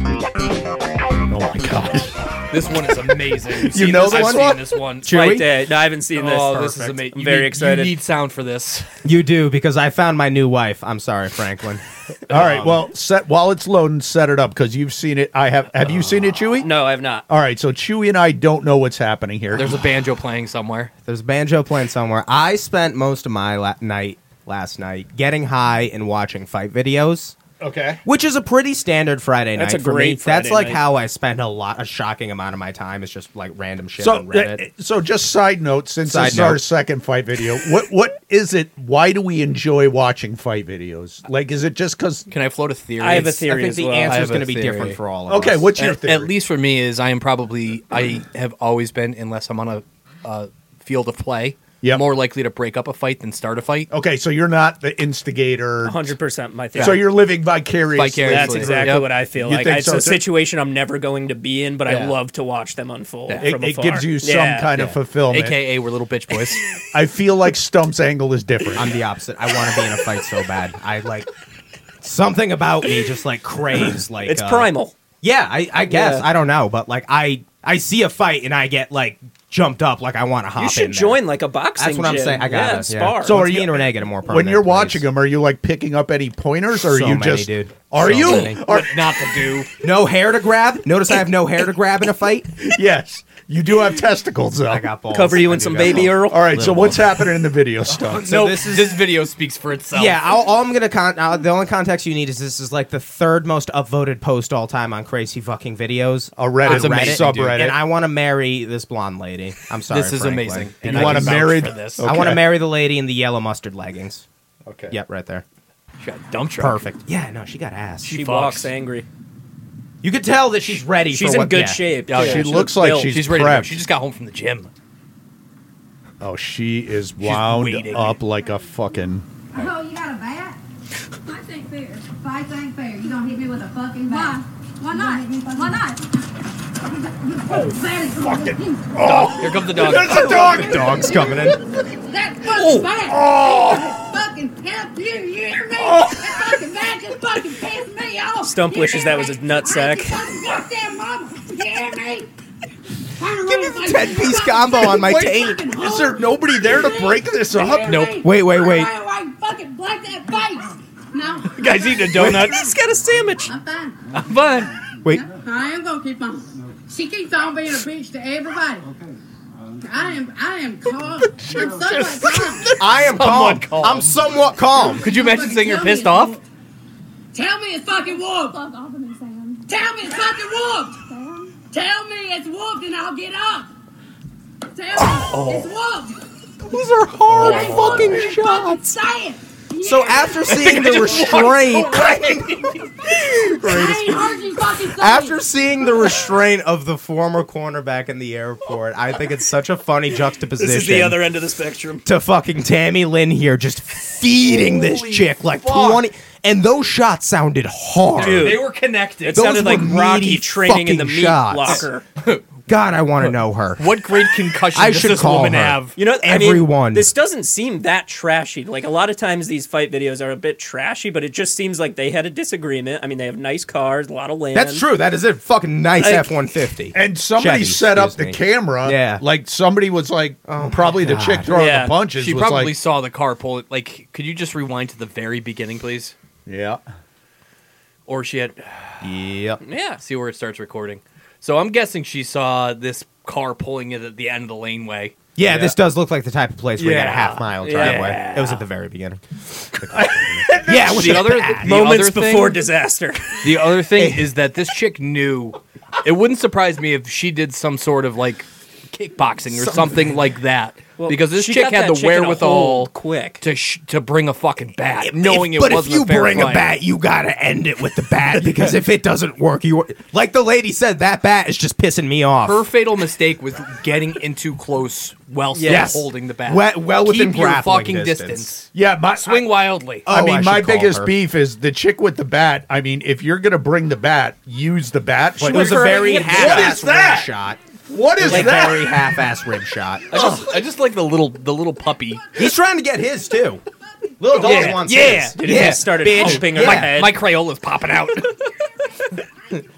Speaker 3: Oh my god!
Speaker 2: This one is amazing. You've
Speaker 3: You
Speaker 2: seen
Speaker 3: know
Speaker 2: this,
Speaker 3: this
Speaker 2: I've
Speaker 3: one?
Speaker 2: Seen this one.
Speaker 1: Yeah. Right
Speaker 4: Chewy?
Speaker 1: there. No, I haven't seen this.
Speaker 2: Oh, this is
Speaker 1: Perfect.
Speaker 2: amazing.
Speaker 1: I'm very excited.
Speaker 2: You need sound for this.
Speaker 4: You do because I found my new wife. I'm sorry, Franklin.
Speaker 3: All
Speaker 2: Um,
Speaker 3: right, well, set while it's loading, set it up because you've seen it. I have. Have you seen it, Chewy?
Speaker 1: no, I have not.
Speaker 3: All right, so Chewy and I don't know what's happening here.
Speaker 2: There's a banjo playing somewhere.
Speaker 4: There's banjo playing somewhere. I spent most of my la- night last night getting high and watching fight videos,
Speaker 3: okay.
Speaker 4: which is a pretty standard Friday
Speaker 1: That's
Speaker 4: night.
Speaker 1: a
Speaker 4: for me.
Speaker 1: great Friday
Speaker 4: That's like
Speaker 1: night.
Speaker 4: how I spend a lot, a shocking amount of my time. Is just like random shit
Speaker 3: So,
Speaker 4: on Reddit.
Speaker 3: uh, so just side note, since
Speaker 4: Side
Speaker 3: this is our
Speaker 4: note.
Speaker 3: second fight video, what what is it? Why do we enjoy watching fight videos? Like, is it just because?
Speaker 2: Can I float a theory?
Speaker 1: I have a
Speaker 2: It's-
Speaker 1: theory
Speaker 4: I think
Speaker 1: as
Speaker 4: the
Speaker 1: well.
Speaker 4: answer
Speaker 2: I
Speaker 4: is
Speaker 2: have
Speaker 4: going
Speaker 2: a
Speaker 4: to be
Speaker 2: theory.
Speaker 4: different for all of us.
Speaker 3: Okay, what's your
Speaker 2: At,
Speaker 3: theory?
Speaker 2: at least for me is I am probably I have always been unless I'm on a, a field of play.
Speaker 3: Yep. Oh,
Speaker 2: More likely to break up a fight than start a fight.
Speaker 3: okay, so you're not the instigator.
Speaker 1: 100% my thing.
Speaker 3: So you're living vicariously.
Speaker 2: Vicariously.
Speaker 1: That's exactly
Speaker 2: Yep.
Speaker 1: what I feel
Speaker 3: You
Speaker 1: like.
Speaker 3: think
Speaker 1: I- It's
Speaker 3: so,
Speaker 1: a
Speaker 3: too?
Speaker 1: situation I'm never going to be in, but I
Speaker 2: Yeah.
Speaker 1: love to watch them unfold.
Speaker 2: Yeah.
Speaker 3: It,
Speaker 1: From
Speaker 3: it
Speaker 1: afar.
Speaker 3: gives you some
Speaker 1: Yeah.
Speaker 3: kind of fulfillment.
Speaker 2: AKA we're little bitch boys.
Speaker 3: I feel like Stump's angle is different.
Speaker 4: I'm the opposite. I want to be in a fight so bad. I like something about me just like craves like
Speaker 1: It's
Speaker 4: uh,
Speaker 1: primal.
Speaker 4: Yeah, I, I guess
Speaker 1: Yeah.
Speaker 4: I don't know, but like I I see a fight and I get like jumped up like I want to hop.
Speaker 1: You
Speaker 4: in
Speaker 1: should
Speaker 4: there.
Speaker 1: join like a boxing.
Speaker 4: That's what I'm
Speaker 1: gym.
Speaker 4: saying. I got
Speaker 1: yeah,
Speaker 4: it.
Speaker 1: Spar.
Speaker 4: So
Speaker 3: So
Speaker 4: are
Speaker 3: are
Speaker 4: you
Speaker 3: you-
Speaker 4: and Renee get a more
Speaker 3: when you're
Speaker 4: permanent
Speaker 3: watching
Speaker 4: place.
Speaker 3: them, are you like picking up any pointers, or are
Speaker 4: So
Speaker 3: you
Speaker 4: many,
Speaker 3: just
Speaker 4: dude.
Speaker 3: Are
Speaker 4: So many.
Speaker 3: you? Are,
Speaker 2: What not to do.
Speaker 4: No hair to grab. Notice I have no hair to grab in a fight.
Speaker 3: yes, you do have testicles though.
Speaker 4: I got balls.
Speaker 1: Cover you
Speaker 4: I
Speaker 1: in
Speaker 4: do
Speaker 1: some
Speaker 4: got
Speaker 1: baby
Speaker 4: balls.
Speaker 1: Earl.
Speaker 3: All right, so
Speaker 4: Little
Speaker 3: what's happening in the video stuff?
Speaker 4: So
Speaker 2: no,
Speaker 4: this
Speaker 2: this,
Speaker 4: is-
Speaker 2: video speaks for itself.
Speaker 4: Yeah, I'll, all I'm gonna con- uh, the only context you need is this is like the third most upvoted post all time on crazy fucking videos.
Speaker 3: A Reddit,
Speaker 4: On
Speaker 2: amazing, dude.
Speaker 3: subreddit.
Speaker 4: and I want to marry this blonde lady. I'm sorry,
Speaker 2: this is
Speaker 4: Franklin.
Speaker 2: amazing.
Speaker 3: You
Speaker 2: I
Speaker 3: wanna
Speaker 2: can vouch
Speaker 3: marry
Speaker 2: for
Speaker 3: the-
Speaker 2: this?
Speaker 3: Oh.
Speaker 4: I want
Speaker 3: Okay.
Speaker 4: to marry the lady in the yellow mustard leggings.
Speaker 3: okay.
Speaker 4: Yep, right there.
Speaker 2: She got a dump truck.
Speaker 4: Perfect. Yeah, no, she got ass.
Speaker 1: She
Speaker 2: She
Speaker 1: walks
Speaker 2: fucks.
Speaker 1: angry.
Speaker 4: you could tell that she's ready.
Speaker 1: She's
Speaker 4: for
Speaker 1: in
Speaker 4: what-
Speaker 1: good
Speaker 4: yeah.
Speaker 1: shape.
Speaker 2: Oh,
Speaker 1: too.
Speaker 2: she
Speaker 3: looks like
Speaker 1: built.
Speaker 3: she's-
Speaker 2: She's ready to go.
Speaker 3: prepped.
Speaker 2: She just got home from the gym.
Speaker 3: Oh, she is wound
Speaker 2: waiting.
Speaker 3: up like a fucking.
Speaker 5: Oh, you got a bat? Fights ain't fair. Fights ain't fair. You gonna hit me with a fucking bat? Why? Why not? Why not? Oh, bat is fucking.
Speaker 3: Oh.
Speaker 2: Here comes the dog.
Speaker 3: There's a dog.
Speaker 4: Dog's coming in.
Speaker 5: That fucking bat. Oh. Fucking pimp, you hear me? That fucking bat just fucking pissed me off.
Speaker 1: Stump
Speaker 5: You
Speaker 1: wishes
Speaker 5: hear
Speaker 1: that was
Speaker 5: me?
Speaker 1: his nutsack.
Speaker 5: I just fucking goddamn mama. You hear me?
Speaker 4: Give me the 10 piece combo on my taint.
Speaker 3: Is there nobody there to break this up?
Speaker 2: Nope.
Speaker 4: Wait, wait, wait.
Speaker 5: Why, why you fucking black that face? No,
Speaker 2: Guys eating a donut.
Speaker 1: He's got a sandwich.
Speaker 5: I'm fine.
Speaker 2: Fun.
Speaker 4: Wait,
Speaker 5: I am gonna keep on. She keeps on being a bitch to everybody. I am. I am calm. I'm somewhat calm.
Speaker 4: I am calm.
Speaker 2: Somewhat calm.
Speaker 4: I'm somewhat calm.
Speaker 2: Could you imagine saying you're pissed off?
Speaker 5: Tell me it's fucking warped. Tell me it's fucking warped. Tell me it's warped and I'll get up. Tell me it's warped.
Speaker 4: These are hard
Speaker 5: fucking shots. Say it.
Speaker 4: So after seeing the restraint,
Speaker 5: I ain't heard you fucking say
Speaker 4: after
Speaker 5: it.
Speaker 4: seeing the restraint of the former cornerback in the airport, I think it's such a funny juxtaposition.
Speaker 1: This is the other end of the spectrum.
Speaker 4: to fucking Tammy Lynn here, just feeding this
Speaker 2: Holy
Speaker 4: chick like
Speaker 2: fuck.
Speaker 4: twenty, and those shots sounded hard.
Speaker 1: Dude.
Speaker 2: They were connected.
Speaker 1: It
Speaker 4: Those
Speaker 1: sounded like
Speaker 4: were
Speaker 1: Rocky
Speaker 4: meaty
Speaker 1: training in the
Speaker 4: fucking
Speaker 1: meat
Speaker 4: shots.
Speaker 1: locker.
Speaker 4: God, I want to know her.
Speaker 2: what great concussion
Speaker 4: I
Speaker 2: does
Speaker 4: should
Speaker 2: this
Speaker 4: call
Speaker 2: woman
Speaker 4: her.
Speaker 2: have?
Speaker 1: You know, I mean,
Speaker 4: Everyone.
Speaker 1: this doesn't seem that trashy. Like a lot of times, these fight videos are a bit trashy, but it just seems like they had a disagreement. I mean, they have nice cars, a lot of land.
Speaker 4: That's true. That is a fucking nice
Speaker 1: Like-
Speaker 4: F one fifty.
Speaker 3: And somebody
Speaker 4: Chevy,
Speaker 3: set up
Speaker 4: excuse
Speaker 3: the
Speaker 4: me.
Speaker 3: camera.
Speaker 4: Yeah. Oh
Speaker 3: Like somebody was like, probably the chick
Speaker 4: God.
Speaker 3: throwing
Speaker 1: Yeah.
Speaker 3: the punches.
Speaker 2: She
Speaker 3: was
Speaker 2: probably
Speaker 3: like,
Speaker 2: saw the car pull it. Like, could you just rewind to the very beginning, please?
Speaker 3: yeah.
Speaker 2: Or she had
Speaker 4: Yep.
Speaker 1: Yeah.
Speaker 2: see where it starts recording. So I'm guessing she saw this car pulling it at the end of the laneway.
Speaker 4: Yeah, this does look like the type of place where you got
Speaker 2: Yeah.
Speaker 4: a half mile
Speaker 1: Yeah.
Speaker 4: driveway. It was at the very beginning. yeah, it was
Speaker 2: The
Speaker 4: at
Speaker 2: other
Speaker 4: the-
Speaker 2: the
Speaker 1: Moments
Speaker 2: other thing-
Speaker 1: before disaster.
Speaker 2: The other thing is that this chick knew. It wouldn't surprise me if she did some sort of like kickboxing or something, like that, because this
Speaker 1: She
Speaker 2: chick
Speaker 1: got
Speaker 2: had
Speaker 1: that
Speaker 2: the
Speaker 1: chick in a
Speaker 2: wherewithal
Speaker 1: hold quick.
Speaker 2: to sh- to bring a fucking bat,
Speaker 4: If-
Speaker 2: knowing
Speaker 4: if-
Speaker 2: it
Speaker 4: but
Speaker 2: wasn't
Speaker 4: if you
Speaker 2: a fair
Speaker 4: bring
Speaker 2: fight.
Speaker 4: a bat, you gotta end it with the bat because if it doesn't work, you like the lady said, that bat is just pissing me off.
Speaker 2: Her fatal mistake was getting in too close while still
Speaker 1: Yes.
Speaker 2: holding the bat.
Speaker 4: Well- well
Speaker 2: Keep
Speaker 4: within
Speaker 2: your
Speaker 4: grappling
Speaker 2: fucking
Speaker 4: distance.
Speaker 3: Yeah. My,
Speaker 2: Swing wildly.
Speaker 4: Uh,
Speaker 3: I
Speaker 4: Oh,
Speaker 3: mean,
Speaker 4: I should
Speaker 3: my
Speaker 4: call
Speaker 3: biggest
Speaker 4: her.
Speaker 3: beef is the chick with the bat. I mean, if you're gonna bring the bat, use the bat. But
Speaker 4: it was a
Speaker 1: What
Speaker 4: very
Speaker 1: is
Speaker 4: half-ass
Speaker 3: that?
Speaker 4: rib shot.
Speaker 3: what is
Speaker 4: Like
Speaker 3: that?
Speaker 4: very half-ass rib shot.
Speaker 2: I just, I just like the little the little puppy.
Speaker 4: He's trying to get his too. Little dog
Speaker 2: Yeah,
Speaker 4: wants
Speaker 2: yeah.
Speaker 4: his.
Speaker 1: Dude, he just started humping her
Speaker 4: yeah.
Speaker 1: head.
Speaker 2: My Crayola's popping out.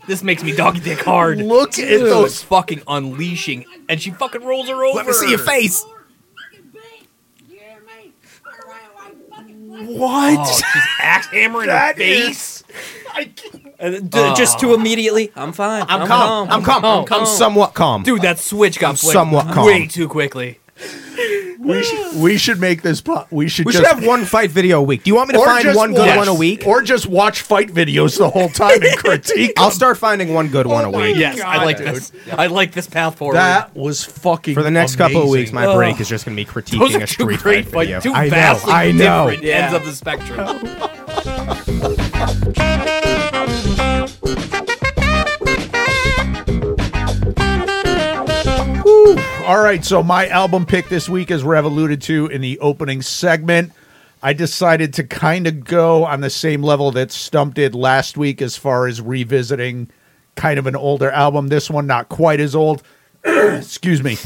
Speaker 2: this makes me doggy dick hard.
Speaker 3: Look at
Speaker 2: those
Speaker 3: those.
Speaker 2: fucking unleashing, and she fucking rolls her over.
Speaker 4: Let me see your face.
Speaker 5: Fucking bitch. You hear me? All right, why you fucking black
Speaker 3: What?
Speaker 2: Oh, she's axe hammering her
Speaker 3: That
Speaker 2: face.
Speaker 1: And Uh, d- just to immediately, I'm fine.
Speaker 4: I'm
Speaker 1: home.
Speaker 4: calm. I'm calm. I'm calm. somewhat calm.
Speaker 2: Oh, Dude, that switch got flipped
Speaker 4: somewhat calm.
Speaker 2: way too quickly.
Speaker 3: We should, we should make this. Po- we should.
Speaker 4: we
Speaker 3: just,
Speaker 4: should have one fight video a week. Do you want me to
Speaker 3: or
Speaker 4: find
Speaker 3: just
Speaker 4: one good
Speaker 3: watch-
Speaker 4: one a week?
Speaker 3: or just watch fight videos the whole time and critique.
Speaker 4: I'll start finding one good one a
Speaker 3: my
Speaker 4: week.
Speaker 2: Yes, I
Speaker 3: God,
Speaker 2: like
Speaker 3: dude.
Speaker 2: this. I like this path forward.
Speaker 3: That was fucking
Speaker 4: For the next couple of weeks,
Speaker 3: amazing.
Speaker 4: my break is just going to be
Speaker 2: Those
Speaker 4: critiquing
Speaker 2: are
Speaker 4: a
Speaker 2: two
Speaker 4: street
Speaker 2: great
Speaker 4: fight
Speaker 2: fight,
Speaker 4: video.
Speaker 2: two
Speaker 4: I know.
Speaker 2: vastly
Speaker 4: I know.
Speaker 2: different
Speaker 1: Yeah.
Speaker 2: ends of the spectrum.
Speaker 3: All right, so my album pick this week, as Rev alluded to in the opening segment, I decided to kind of go on the same level that Stump did last week as far as revisiting kind of an older album. This one, not quite as old. Excuse me.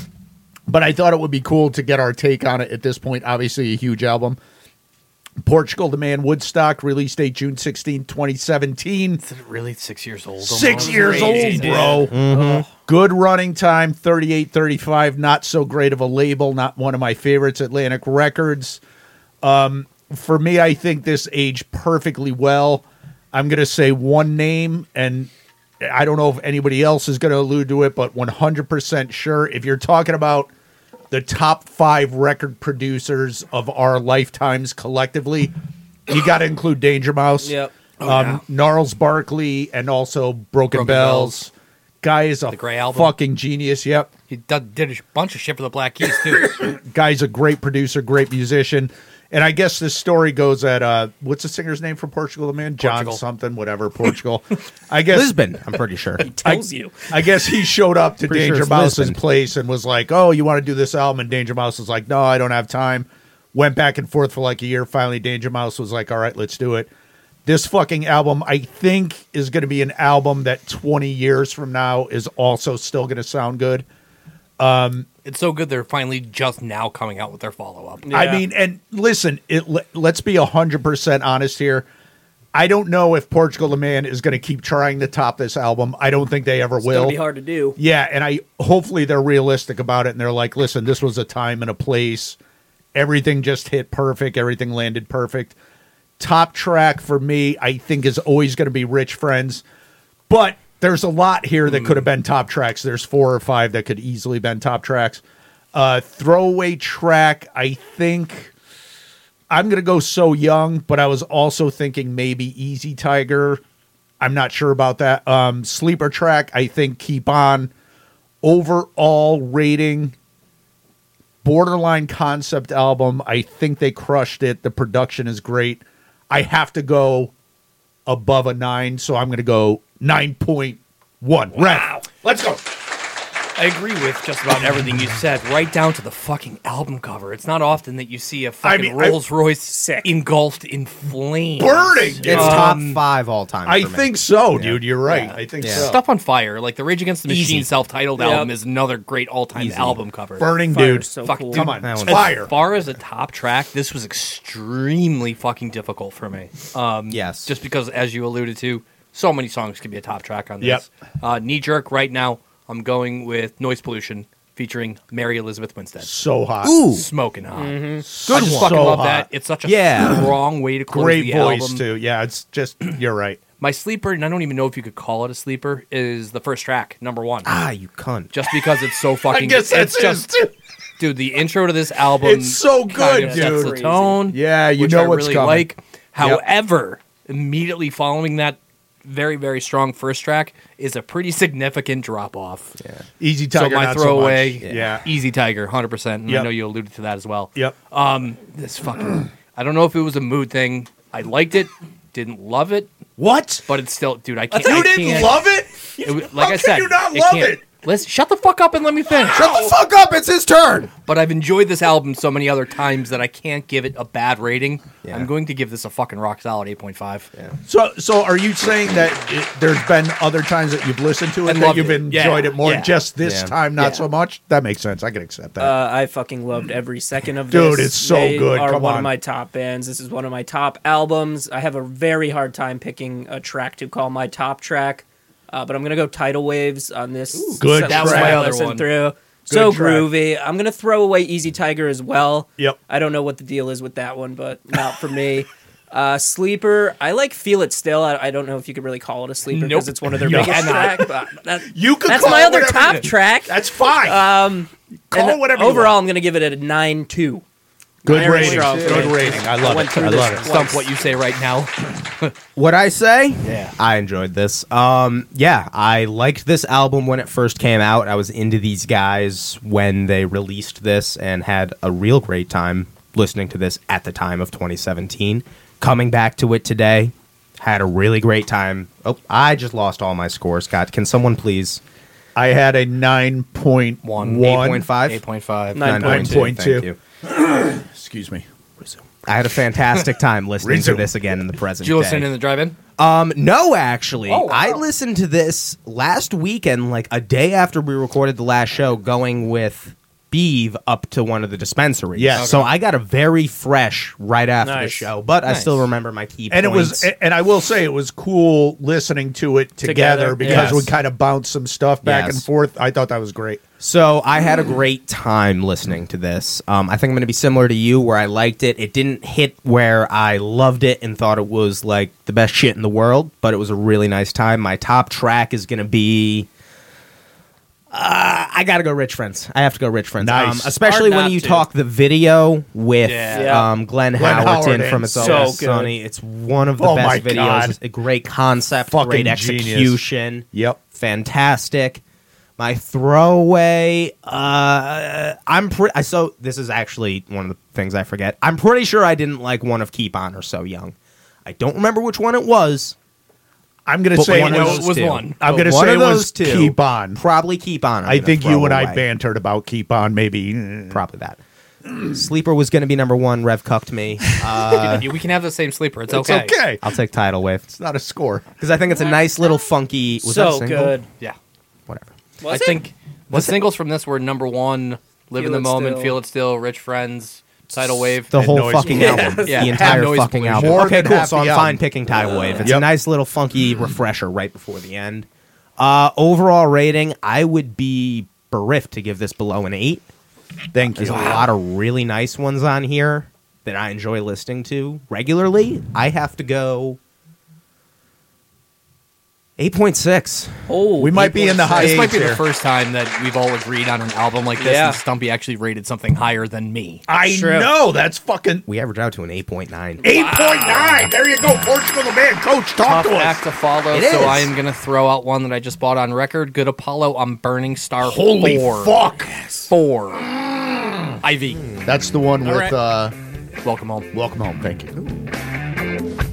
Speaker 3: But I thought it would be cool to get our take on it at this point. Obviously, a huge album. Portugal the Man Woodstock, release date June 16, 2017.
Speaker 2: Is it really six years old?
Speaker 3: Six
Speaker 2: almost?
Speaker 3: years
Speaker 2: Crazy,
Speaker 3: old,
Speaker 2: dude.
Speaker 3: bro. Good running time, 38 35. Not so great of a label, not one of my favorites, Atlantic Records. Um, for me, I think this aged perfectly well. I'm going to say one name, and I don't know if anybody else is going to allude to it, but 100% sure. If you're talking about the top five record producers of our lifetimes collectively, you got to include Danger Mouse,
Speaker 1: Yep.
Speaker 3: um, Gnarls Barkley, and also Broken,
Speaker 2: Oh, Broken
Speaker 3: Bells.
Speaker 2: Bells.
Speaker 3: Guy is a
Speaker 2: The Grey Album.
Speaker 3: fucking genius. Yep.
Speaker 2: He did, did a bunch of shit for the Black Keys too.
Speaker 3: Guy's a great producer, great musician. And I guess this story goes at uh, what's the singer's name from Portugal? The man John
Speaker 2: Portugal.
Speaker 3: something, whatever. Portugal. I guess
Speaker 4: Lisbon, I'm pretty sure.
Speaker 1: tells you.
Speaker 3: I guess he showed up to
Speaker 4: Pretty sure
Speaker 3: Danger
Speaker 4: it's
Speaker 3: Mouse's
Speaker 4: Lisbon.
Speaker 3: place and was like, "Oh, you want to do this album?" And Danger Mouse was like, "No, I don't have time." Went back and forth for like a year. Finally, Danger Mouse was like, "All right, let's do it." This fucking album, I think, is going to be an album that 20 years from now is also still going to sound good.
Speaker 2: it's so good they're finally just now coming out with their follow up.
Speaker 1: Yeah.
Speaker 3: I mean, and listen, it, let- let's be 100% honest here. I don't know if Portugal the Man is going to keep trying to top this album. I don't think they ever
Speaker 1: It's gonna
Speaker 3: will.
Speaker 1: be hard to do.
Speaker 3: Yeah, and I hopefully they're realistic about it and they're like, listen, this was a time and a place. Everything just hit perfect, everything landed perfect. Top track for me, I think, is always going to be Rich Friends. But there's a lot here that could have been top tracks. There's four or five that could easily been top tracks. Uh, throwaway track, I think I'm gonna go so young, but I was also thinking maybe Easy Tiger. I'm not sure about that. Um, sleeper track, I think keep on. Overall rating, borderline concept album. I think they crushed it. The production is great. I have to go above a nine, so I'm gonna go nine point one. Wow. Let's go.
Speaker 2: I agree with just about everything you said, right down to the fucking album cover. It's not often that you see a fucking
Speaker 3: mean, I-
Speaker 2: Rolls Royce
Speaker 1: Sick.
Speaker 2: engulfed in flames,
Speaker 3: Burning. It's
Speaker 4: It's top
Speaker 2: Um,
Speaker 4: five all time.
Speaker 3: I
Speaker 4: for me.
Speaker 3: think so, dude. You're right. I think
Speaker 4: Yeah.
Speaker 3: so.
Speaker 2: stuff on fire. Like the Rage Against the Machine
Speaker 4: Easy.
Speaker 2: self-titled
Speaker 1: Yep.
Speaker 2: album is another great all-time album cover.
Speaker 3: Burning,
Speaker 1: Fire
Speaker 3: dude.
Speaker 1: is so
Speaker 2: Fuck,
Speaker 1: cool.
Speaker 2: dude.
Speaker 3: Come on,
Speaker 4: That
Speaker 3: it's
Speaker 4: one-
Speaker 2: As
Speaker 3: fire.
Speaker 2: far as a top track, this was extremely fucking difficult for me. Um,
Speaker 4: Yes.
Speaker 2: Just because, as you alluded to, so many songs could be a top track on this. Uh, Knee Jerk, right now, I'm going with Noise Pollution featuring Mary Elizabeth Winstead.
Speaker 3: so hot.
Speaker 4: Ooh,
Speaker 2: Smoking hot.
Speaker 3: Good
Speaker 2: I just
Speaker 3: one.
Speaker 2: fucking
Speaker 3: So
Speaker 2: love
Speaker 3: hot.
Speaker 2: that. It's such a
Speaker 4: Yeah.
Speaker 2: strong way to close
Speaker 3: Great
Speaker 2: the
Speaker 3: voice
Speaker 2: album.
Speaker 3: too. Yeah, it's just you're right.
Speaker 2: My sleeper, and I don't even know if you could call it a sleeper, is the first track, number one.
Speaker 4: ah, you cunt.
Speaker 2: Just because it's so fucking. it's just dude. The intro to this album,
Speaker 3: It's so
Speaker 2: kind
Speaker 3: good,
Speaker 2: of sets the
Speaker 1: dude.
Speaker 2: tone.
Speaker 3: Yeah, you
Speaker 2: which
Speaker 3: know
Speaker 2: I
Speaker 3: what's
Speaker 2: really
Speaker 3: coming.
Speaker 2: Like, however, immediately following that very very strong first track is a pretty significant drop off. Yeah.
Speaker 3: Easy
Speaker 2: So
Speaker 3: tiger.
Speaker 2: my
Speaker 3: not
Speaker 2: throwaway,
Speaker 3: So much. Yeah.
Speaker 2: Easy Tiger, hundred percent. And
Speaker 3: Yep.
Speaker 2: I know you alluded to that as well.
Speaker 3: Yep.
Speaker 2: Um, this fucking. I don't know if it was a mood thing. I liked it, didn't love it,
Speaker 3: What?
Speaker 2: but it's still, dude. I can't.
Speaker 3: you
Speaker 2: I
Speaker 3: didn't
Speaker 2: can't-
Speaker 3: love it?
Speaker 2: it was- like
Speaker 3: How
Speaker 2: I
Speaker 3: can
Speaker 2: said,
Speaker 3: you not
Speaker 2: it
Speaker 3: love
Speaker 2: can't-
Speaker 3: it?
Speaker 2: Let's shut the fuck up and let me finish.
Speaker 4: Shut the fuck up! It's his turn.
Speaker 2: But I've enjoyed this album so many other times that I can't give it a bad rating.
Speaker 4: Yeah.
Speaker 2: I'm going to give this a fucking rock solid 8.5. Yeah.
Speaker 3: So, so are you saying that it, there's been other times that you've listened to it
Speaker 2: And
Speaker 3: that
Speaker 2: loved
Speaker 3: you've
Speaker 2: it. Yeah,
Speaker 3: enjoyed it more,
Speaker 2: yeah.
Speaker 3: just this
Speaker 4: Yeah.
Speaker 3: time not
Speaker 2: Yeah.
Speaker 3: so much? That makes sense. I can accept that.
Speaker 1: Uh, I fucking loved every second of this.
Speaker 3: Dude, it's so
Speaker 1: They
Speaker 3: good.
Speaker 1: Are
Speaker 3: Come
Speaker 1: one
Speaker 3: on.
Speaker 1: of my top bands. This is one of my top albums. I have a very hard time picking a track to call my top track, uh, but I'm gonna go Tidal Waves on this.
Speaker 3: good
Speaker 1: set
Speaker 3: That was
Speaker 1: list
Speaker 3: my
Speaker 1: I
Speaker 2: other
Speaker 1: listened
Speaker 2: one.
Speaker 1: Through. so
Speaker 3: track.
Speaker 1: groovy. I'm gonna throw away Easy Tiger as well.
Speaker 3: Yep.
Speaker 1: I don't know what the deal is with that one, but not for me. Uh, sleeper. I like Feel It Still. I, I don't know if you could really call it a sleeper because
Speaker 2: Nope.
Speaker 1: it's one of their
Speaker 3: Yeah.
Speaker 1: biggest track. But that,
Speaker 3: you could.
Speaker 1: that's
Speaker 3: call
Speaker 1: my
Speaker 3: it
Speaker 1: other
Speaker 3: whatever you-
Speaker 1: top track.
Speaker 3: That's fine. Um, call
Speaker 1: And
Speaker 3: it whatever. you
Speaker 1: Overall,
Speaker 3: want.
Speaker 1: I'm going to give it a nine two.
Speaker 3: good
Speaker 1: Iron
Speaker 3: rating.
Speaker 1: Strong.
Speaker 3: Good rating. I
Speaker 1: I
Speaker 3: love
Speaker 1: went
Speaker 3: it.
Speaker 1: through
Speaker 3: I
Speaker 1: this
Speaker 3: love it.
Speaker 1: twice.
Speaker 2: Stump what you say right now.
Speaker 4: What I say?
Speaker 2: Yeah.
Speaker 4: I enjoyed this. Um, yeah, I liked this album when it first came out. I was into these guys when they released this and had a real great time listening to this at the time of 2017. Coming back to it today, had a really great time. Oh, I just lost all my scores, Scott. Can someone please?
Speaker 3: I had a nine point
Speaker 2: One.
Speaker 4: 8.5?
Speaker 2: 8.5.
Speaker 1: Nine point
Speaker 4: 9.2,
Speaker 3: two.
Speaker 4: thank you.
Speaker 3: Excuse me.
Speaker 4: I had a fantastic time listening to
Speaker 3: Resume.
Speaker 4: this again in the present
Speaker 2: Did you listen
Speaker 4: day.
Speaker 2: in the drive in?
Speaker 4: Um, no, actually,
Speaker 2: Oh, wow.
Speaker 4: I listened to this last weekend, like a day after we recorded the last show, going with Beeve up to one of the dispensaries.
Speaker 3: Yes. Okay.
Speaker 4: So I got a very fresh right after the
Speaker 1: Nice.
Speaker 4: show, but I
Speaker 2: Nice.
Speaker 4: still remember my key
Speaker 3: and it
Speaker 4: points.
Speaker 3: was a- and I will say it was cool listening to it together,
Speaker 1: Together,
Speaker 3: because
Speaker 4: yes.
Speaker 3: we kind of bounced some stuff back
Speaker 4: Yes.
Speaker 3: and forth. I thought that was great.
Speaker 4: So I had a great time listening to this. Um, I think I'm going to be similar to you, where I liked it. It didn't hit where I loved it and thought it was like the best shit in the world, but it was a really nice time. My top track is going to be. Uh, I gotta go, Rich Friends. I have to go, Rich Friends.
Speaker 3: Nice.
Speaker 4: Um, especially
Speaker 1: Hard
Speaker 4: when
Speaker 1: not
Speaker 4: you
Speaker 1: to.
Speaker 4: talk the video with
Speaker 2: Yeah.
Speaker 1: Yeah.
Speaker 4: um, Glenn,
Speaker 3: Glenn
Speaker 4: Howerton,
Speaker 3: Howerton.
Speaker 4: from It's
Speaker 1: So
Speaker 4: Always
Speaker 1: good.
Speaker 4: Sunny. It's one of the
Speaker 3: Oh my
Speaker 4: best videos.
Speaker 3: God.
Speaker 4: It's a great concept,
Speaker 3: Fucking
Speaker 4: great
Speaker 3: genius.
Speaker 4: execution
Speaker 3: Yep.
Speaker 4: fantastic. My throwaway, uh, I'm pretty. So this is actually one of the things I forget. I'm pretty sure I didn't like one of Keep On or So Young. I don't remember which one it was.
Speaker 3: I'm gonna
Speaker 4: But
Speaker 3: say
Speaker 4: one
Speaker 3: it
Speaker 4: of
Speaker 2: no,
Speaker 3: was,
Speaker 2: it was
Speaker 4: two.
Speaker 2: one.
Speaker 3: I'm gonna
Speaker 4: One
Speaker 3: say
Speaker 4: of
Speaker 3: it was
Speaker 4: those two.
Speaker 3: keep on.
Speaker 4: Probably Keep On. I'm
Speaker 3: I
Speaker 4: gonna
Speaker 3: think
Speaker 4: throw
Speaker 3: you and I
Speaker 4: away.
Speaker 3: bantered about keep on maybe.
Speaker 4: Probably that. Sleeper was going to be number one. Rev cucked me. Uh,
Speaker 2: You- we can have the same sleeper. It's
Speaker 3: It's
Speaker 2: okay.
Speaker 3: okay.
Speaker 4: I'll take Tidal Wave
Speaker 3: It's not a score.
Speaker 4: because I think it's a nice little funky. Was that a
Speaker 1: so
Speaker 4: single?
Speaker 1: good.
Speaker 2: Yeah.
Speaker 4: Whatever.
Speaker 1: Was
Speaker 2: I
Speaker 1: it?
Speaker 2: think the singles from this were number one, Live
Speaker 1: Feel
Speaker 2: in the
Speaker 1: It
Speaker 2: Moment,
Speaker 1: Still.
Speaker 2: Feel It Still, Rich Friends, Tidal Wave.
Speaker 4: The
Speaker 3: And
Speaker 4: whole
Speaker 3: noise
Speaker 4: fucking
Speaker 3: pollution.
Speaker 4: album.
Speaker 2: Yeah.
Speaker 4: The
Speaker 2: Yeah.
Speaker 4: entire
Speaker 2: And noise
Speaker 4: fucking
Speaker 2: pollution.
Speaker 4: album.
Speaker 3: More
Speaker 4: okay,
Speaker 3: than
Speaker 4: cool.
Speaker 3: half
Speaker 4: So
Speaker 3: the
Speaker 4: I'm
Speaker 3: album.
Speaker 4: fine picking Tidal Wave. It's a
Speaker 3: Yep.
Speaker 4: nice little funky refresher right before the end. Uh, overall rating, I would be bereft to give this below an eight.
Speaker 3: Thank
Speaker 4: There's
Speaker 3: you.
Speaker 4: a lot of really nice ones on here that I enjoy listening to regularly. I have to go 8.6.
Speaker 1: Oh,
Speaker 3: We might be in the high
Speaker 2: This might
Speaker 3: eights
Speaker 2: be the
Speaker 3: here.
Speaker 2: first time that we've all agreed on an album like this,
Speaker 1: Yeah.
Speaker 2: and Stumpy actually rated something higher than me.
Speaker 3: I
Speaker 1: True.
Speaker 3: know that's fucking
Speaker 4: We average out to an 8.9.
Speaker 3: eight point nine. There you go, Portugal the man. Coach, talk
Speaker 2: Tough
Speaker 3: to us.
Speaker 2: act to follow,
Speaker 4: It
Speaker 2: so
Speaker 4: is.
Speaker 2: I am going to throw out one that I just bought on record. Good Apollo, I'm Burning Star.
Speaker 3: Holy
Speaker 2: four.
Speaker 3: fuck!
Speaker 2: Four. Ivy,
Speaker 6: That's the one with
Speaker 1: right.
Speaker 6: uh,
Speaker 2: welcome home.
Speaker 6: Welcome Home. Thank you.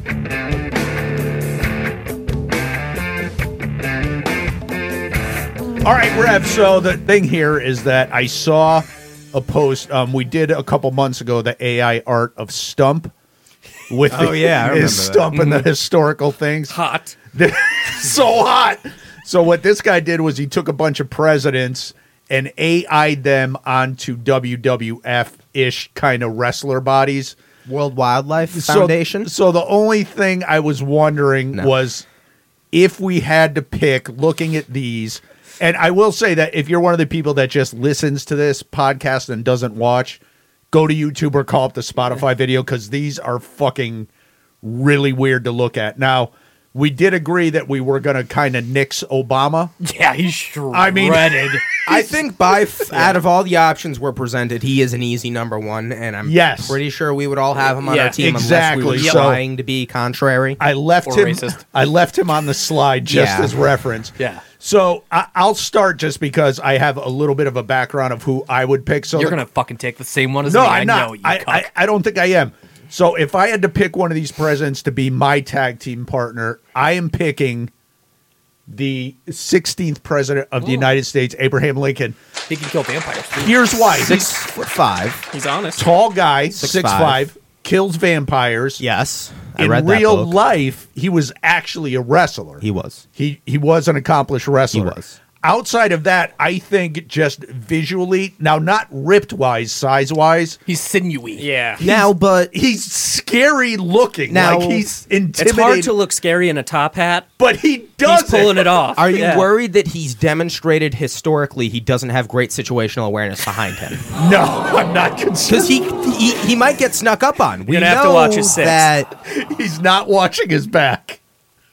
Speaker 3: All right, Rev. So the thing here is that I saw a post. Um, we did a couple months ago the AI art of stump with
Speaker 4: Oh,
Speaker 3: the,
Speaker 4: yeah, I remember
Speaker 3: his
Speaker 4: that. Mm-hmm.
Speaker 3: stump and the historical things.
Speaker 1: hot.
Speaker 3: so hot. So what this guy did was he took a bunch of presidents and AI'd them onto WWF ish kind of wrestler bodies.
Speaker 4: World Wildlife
Speaker 3: So-
Speaker 4: Foundation.
Speaker 3: So, the only thing I was wondering
Speaker 4: No.
Speaker 3: was if we had to pick looking at these. And I will say that if you're one of the people that just listens to this podcast and doesn't watch, go to YouTube or call up the Spotify video because these are fucking really weird to look at. Now, we did agree that we were going to kind of nix Obama.
Speaker 2: Yeah, he's shredded.
Speaker 3: I mean-
Speaker 4: I think by f- out of all the options we're presented, he is an easy number one, and I'm
Speaker 3: Yes.
Speaker 4: pretty sure we would all have him on
Speaker 1: Yeah,
Speaker 4: our team
Speaker 3: exactly.
Speaker 4: unless we
Speaker 3: So-
Speaker 4: were trying to be contrary.
Speaker 3: I left
Speaker 2: Or
Speaker 3: him.
Speaker 2: racist.
Speaker 3: I left him on the slide just
Speaker 4: Yeah.
Speaker 3: as reference.
Speaker 2: Yeah.
Speaker 3: So I, I'll start just because I have a little bit of a background of who I would pick. So
Speaker 2: You're
Speaker 3: the-
Speaker 2: going to fucking take the same one as
Speaker 3: no,
Speaker 2: me.
Speaker 3: I'm
Speaker 2: I
Speaker 3: not.
Speaker 2: know, you
Speaker 3: I,
Speaker 2: cuck.
Speaker 3: I I don't think I am. So if I had to pick one of these presidents to be my tag team partner, I am picking the 16th president
Speaker 2: Oh.
Speaker 3: of the United States, Abraham Lincoln.
Speaker 2: he can kill vampires. too.
Speaker 3: Here's why:
Speaker 4: Six
Speaker 3: he's
Speaker 4: foot five.
Speaker 1: He's honest.
Speaker 3: tall guy,
Speaker 4: Six
Speaker 3: six
Speaker 4: five.
Speaker 3: five, kills vampires.
Speaker 4: Yes, I
Speaker 3: in
Speaker 4: read
Speaker 3: real
Speaker 4: that book.
Speaker 3: life, he was actually a wrestler.
Speaker 4: He was.
Speaker 3: He he was an accomplished wrestler.
Speaker 4: He was.
Speaker 3: Outside of that, I think just visually, now not ripped wise, size wise,
Speaker 2: He's sinewy.
Speaker 1: Yeah.
Speaker 4: now, but
Speaker 3: he's scary looking.
Speaker 4: Now-
Speaker 3: like he's
Speaker 1: It's
Speaker 3: intimidating.
Speaker 1: hard to look scary in a top hat.
Speaker 3: but he does
Speaker 1: He's pulling it off.
Speaker 4: are you
Speaker 1: Yeah.
Speaker 4: worried that he's demonstrated historically he doesn't have great situational awareness behind him?
Speaker 3: No, I'm not
Speaker 4: Because
Speaker 3: concerned.
Speaker 4: he, he he might get snuck up on. We
Speaker 1: You're gonna
Speaker 4: know
Speaker 1: have to watch his six.
Speaker 4: that
Speaker 3: He's not watching his back.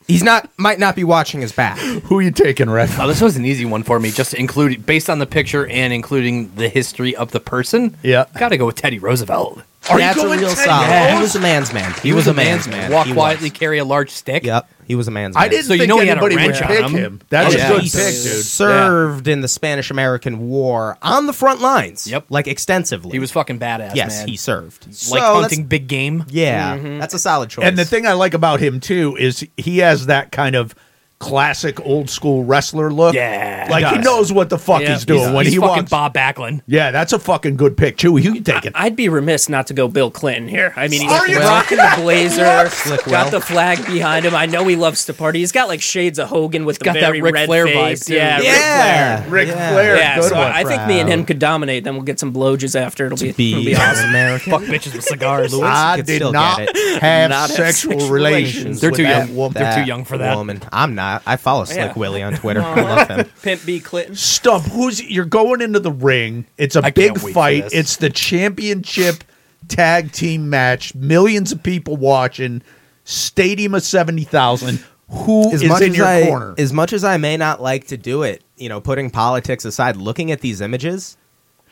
Speaker 4: he's not might not be watching his back.
Speaker 3: Who you taking, Red?
Speaker 2: Oh, this was an easy one for me, just to include based on the picture and including the history of the person.
Speaker 3: Yeah.
Speaker 2: gotta go with Teddy Roosevelt.
Speaker 3: Are you
Speaker 4: That's
Speaker 3: going
Speaker 4: a real
Speaker 3: Ted
Speaker 4: solid.
Speaker 3: Rose?
Speaker 4: He was a man's man. He, was, a man's man.
Speaker 2: Walk
Speaker 4: He was.
Speaker 2: quietly, carry a large stick.
Speaker 4: Yep, he was a man's man.
Speaker 3: I didn't
Speaker 2: So you
Speaker 3: think
Speaker 2: know he had a
Speaker 3: anybody would
Speaker 2: wrench on
Speaker 3: pick
Speaker 2: him.
Speaker 3: him. That's a
Speaker 1: Oh, yeah.
Speaker 3: good
Speaker 4: He
Speaker 3: pick, dude.
Speaker 4: served in the Spanish American War on the front lines.
Speaker 2: Yep.
Speaker 4: Like extensively.
Speaker 2: He was fucking badass.
Speaker 4: Yes,
Speaker 2: man.
Speaker 4: he served.
Speaker 2: like
Speaker 4: So
Speaker 2: hunting
Speaker 4: that's-
Speaker 2: big game.
Speaker 3: Mm-hmm.
Speaker 4: Yeah. That's a solid choice.
Speaker 3: And the thing I like about him too is he has that kind of classic old school wrestler look.
Speaker 2: Yeah.
Speaker 3: like he
Speaker 4: Does.
Speaker 3: knows what the fuck
Speaker 1: Yeah.
Speaker 3: he's doing
Speaker 2: he's,
Speaker 3: when
Speaker 2: he's
Speaker 3: he
Speaker 2: fucking
Speaker 3: walks.
Speaker 2: Bob Backlund.
Speaker 3: yeah, that's a fucking good pick, Chewy. You can take it.
Speaker 1: I'd be remiss not to go Bill Clinton here. I mean, he's
Speaker 3: Are you
Speaker 1: rocking the blazer,
Speaker 4: Slick
Speaker 1: got
Speaker 4: Will.
Speaker 1: the flag behind him. I know he loves to party. He's got like shades of Hogan with
Speaker 2: Got
Speaker 1: the
Speaker 2: that
Speaker 1: very
Speaker 2: Ric
Speaker 1: red
Speaker 2: Flair
Speaker 1: face.
Speaker 2: vibe, too.
Speaker 1: Yeah, Ric
Speaker 4: Yeah,
Speaker 3: Ric Flair,
Speaker 1: Yeah,
Speaker 3: good
Speaker 1: so
Speaker 3: one.
Speaker 1: I think me and him
Speaker 4: Proud.
Speaker 1: could dominate. Then we'll get some blowjobs after. It'll be, it'll
Speaker 4: Be
Speaker 1: be
Speaker 4: an
Speaker 1: awesome.
Speaker 4: American.
Speaker 2: Fuck bitches with cigars.
Speaker 4: Louis
Speaker 3: I
Speaker 4: could
Speaker 3: did
Speaker 4: still
Speaker 3: not
Speaker 4: get it.
Speaker 3: have
Speaker 1: Not have
Speaker 3: sexual
Speaker 1: sexual
Speaker 3: relations.
Speaker 2: They're
Speaker 3: with
Speaker 2: too
Speaker 3: that
Speaker 2: young.
Speaker 3: woman.
Speaker 2: They're too young for that.
Speaker 4: Woman. I'm not. I follow Slick
Speaker 1: Yeah.
Speaker 4: Willie on Twitter. I love him.
Speaker 1: Pimp B Clinton.
Speaker 3: Stump, who's you're going into the ring. It's a
Speaker 2: I can't
Speaker 3: big
Speaker 2: wait for
Speaker 3: fight.
Speaker 2: this.
Speaker 3: It's the championship tag team match. Millions of people watching. Stadium of seventy thousand. Who is
Speaker 4: as much
Speaker 3: in
Speaker 4: as
Speaker 3: your
Speaker 4: I,
Speaker 3: corner?
Speaker 4: As much as I may not like to do it, you know, putting politics aside, looking at these images,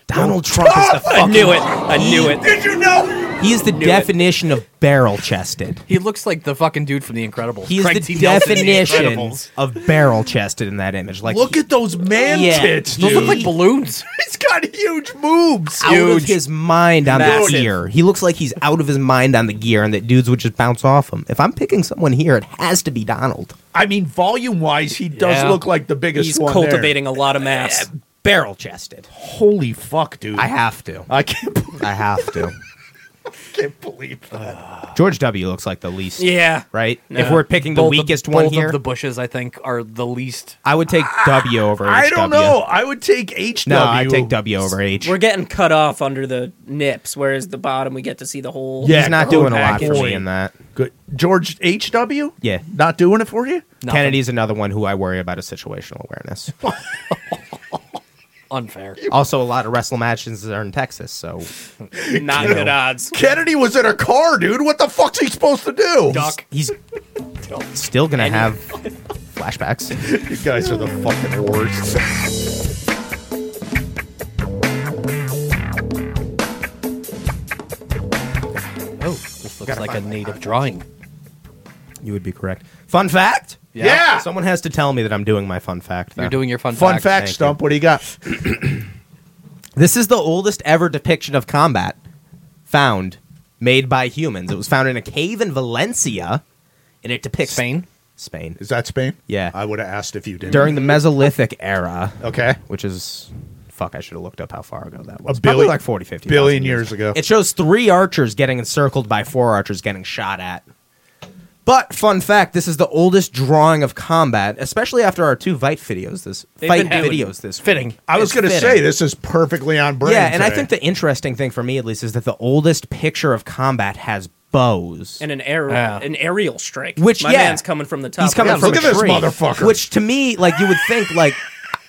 Speaker 4: Donald Trump is the
Speaker 1: I
Speaker 4: fucking.
Speaker 1: knew it. I knew it.
Speaker 3: Did you know?
Speaker 4: He is the definition of barrel chested.
Speaker 2: He looks like the fucking dude from The Incredibles.
Speaker 4: He is
Speaker 2: Craig
Speaker 4: the
Speaker 2: T. Nelson from The
Speaker 4: definition
Speaker 2: Incredibles.
Speaker 4: of barrel chested in that image. Like
Speaker 3: Look at those man
Speaker 4: Yeah.
Speaker 3: tits,
Speaker 2: Those
Speaker 3: dude.
Speaker 2: look like balloons.
Speaker 3: He's got huge moves.
Speaker 4: out of his mind on
Speaker 1: Massive.
Speaker 4: the gear. He looks like he's out of his mind on the gear, and that dudes would just bounce off him. If I'm picking someone here, it has to be Donald.
Speaker 3: I mean, volume wise, he does
Speaker 2: Yeah.
Speaker 3: look like the biggest
Speaker 1: He's
Speaker 3: one.
Speaker 1: cultivating a lot of
Speaker 2: Uh,
Speaker 1: mass.
Speaker 4: Barrel chested.
Speaker 3: There. Holy fuck, dude!
Speaker 4: I have to.
Speaker 3: I can't, be-
Speaker 4: I have to.
Speaker 3: can't believe that.
Speaker 4: George W. looks like the least.
Speaker 1: Yeah.
Speaker 4: Right.
Speaker 1: No.
Speaker 4: If we're picking the
Speaker 2: Both of-
Speaker 4: weakest one
Speaker 2: both
Speaker 4: here,
Speaker 2: of the bushes, I think, are the least.
Speaker 4: I would take W over.
Speaker 3: I don't
Speaker 4: HW.
Speaker 3: know. I would take HW.
Speaker 4: No, I take W over H.
Speaker 1: We're getting cut off under the nips, whereas the bottom we get to see the whole.
Speaker 3: Yeah.
Speaker 4: He's not
Speaker 3: the whole
Speaker 4: doing a lot for
Speaker 3: package.
Speaker 4: me in that.
Speaker 3: Good. George HW?
Speaker 4: Yeah.
Speaker 3: Not doing it for you?
Speaker 2: Nothing.
Speaker 4: Kennedy's another one who I worry about is situational awareness.
Speaker 2: Unfair.
Speaker 4: also, a lot of wrestle matches are in Texas, so
Speaker 1: not good odds.
Speaker 3: Kennedy was in a car, dude. What the fuck's he supposed to do?
Speaker 2: Duck.
Speaker 4: he's still gonna have flashbacks.
Speaker 3: You guys are the fucking worst.
Speaker 2: Oh, this looks like a native drawing.
Speaker 4: You would be correct. Fun fact.
Speaker 3: Yeah.
Speaker 4: Someone has to tell me that I'm doing my fun fact. though.
Speaker 2: You're doing your fun,
Speaker 3: Fun
Speaker 2: fact.
Speaker 3: fact,
Speaker 4: thank
Speaker 3: Stump. What do you got?
Speaker 4: This is the oldest ever depiction of combat found made by humans. It was found in a cave in Valencia, and it depicts
Speaker 2: Spain.
Speaker 4: Spain.
Speaker 3: Is that Spain?
Speaker 4: Yeah.
Speaker 3: I would have asked if you didn't.
Speaker 4: During the Mesolithic era,
Speaker 3: okay.
Speaker 4: which is fuck i should have looked up how far ago that was
Speaker 3: billion-
Speaker 4: Probably like 40 50
Speaker 3: Billion
Speaker 4: thousand
Speaker 3: years ago.
Speaker 4: it shows three archers getting encircled by four archers getting shot at but fun fact this is the oldest drawing of combat especially after our two fight videos this
Speaker 1: They've
Speaker 4: fight
Speaker 1: been doing-
Speaker 4: videos this
Speaker 2: Fitting.
Speaker 3: I was
Speaker 4: it's
Speaker 3: going to
Speaker 4: fitting.
Speaker 3: say, this is perfectly on brand.
Speaker 4: yeah and i
Speaker 3: today.
Speaker 4: think the interesting thing for me at least is that the oldest picture of combat has bows
Speaker 1: And an aerial,
Speaker 2: Yeah.
Speaker 1: an aerial strike.
Speaker 4: Which,
Speaker 1: my
Speaker 4: yeah.
Speaker 1: man's coming from the top.
Speaker 4: he's coming
Speaker 1: Yeah,
Speaker 4: from
Speaker 3: look
Speaker 4: a
Speaker 3: at this
Speaker 4: tree,
Speaker 3: motherfucker.
Speaker 4: which to me like you would think like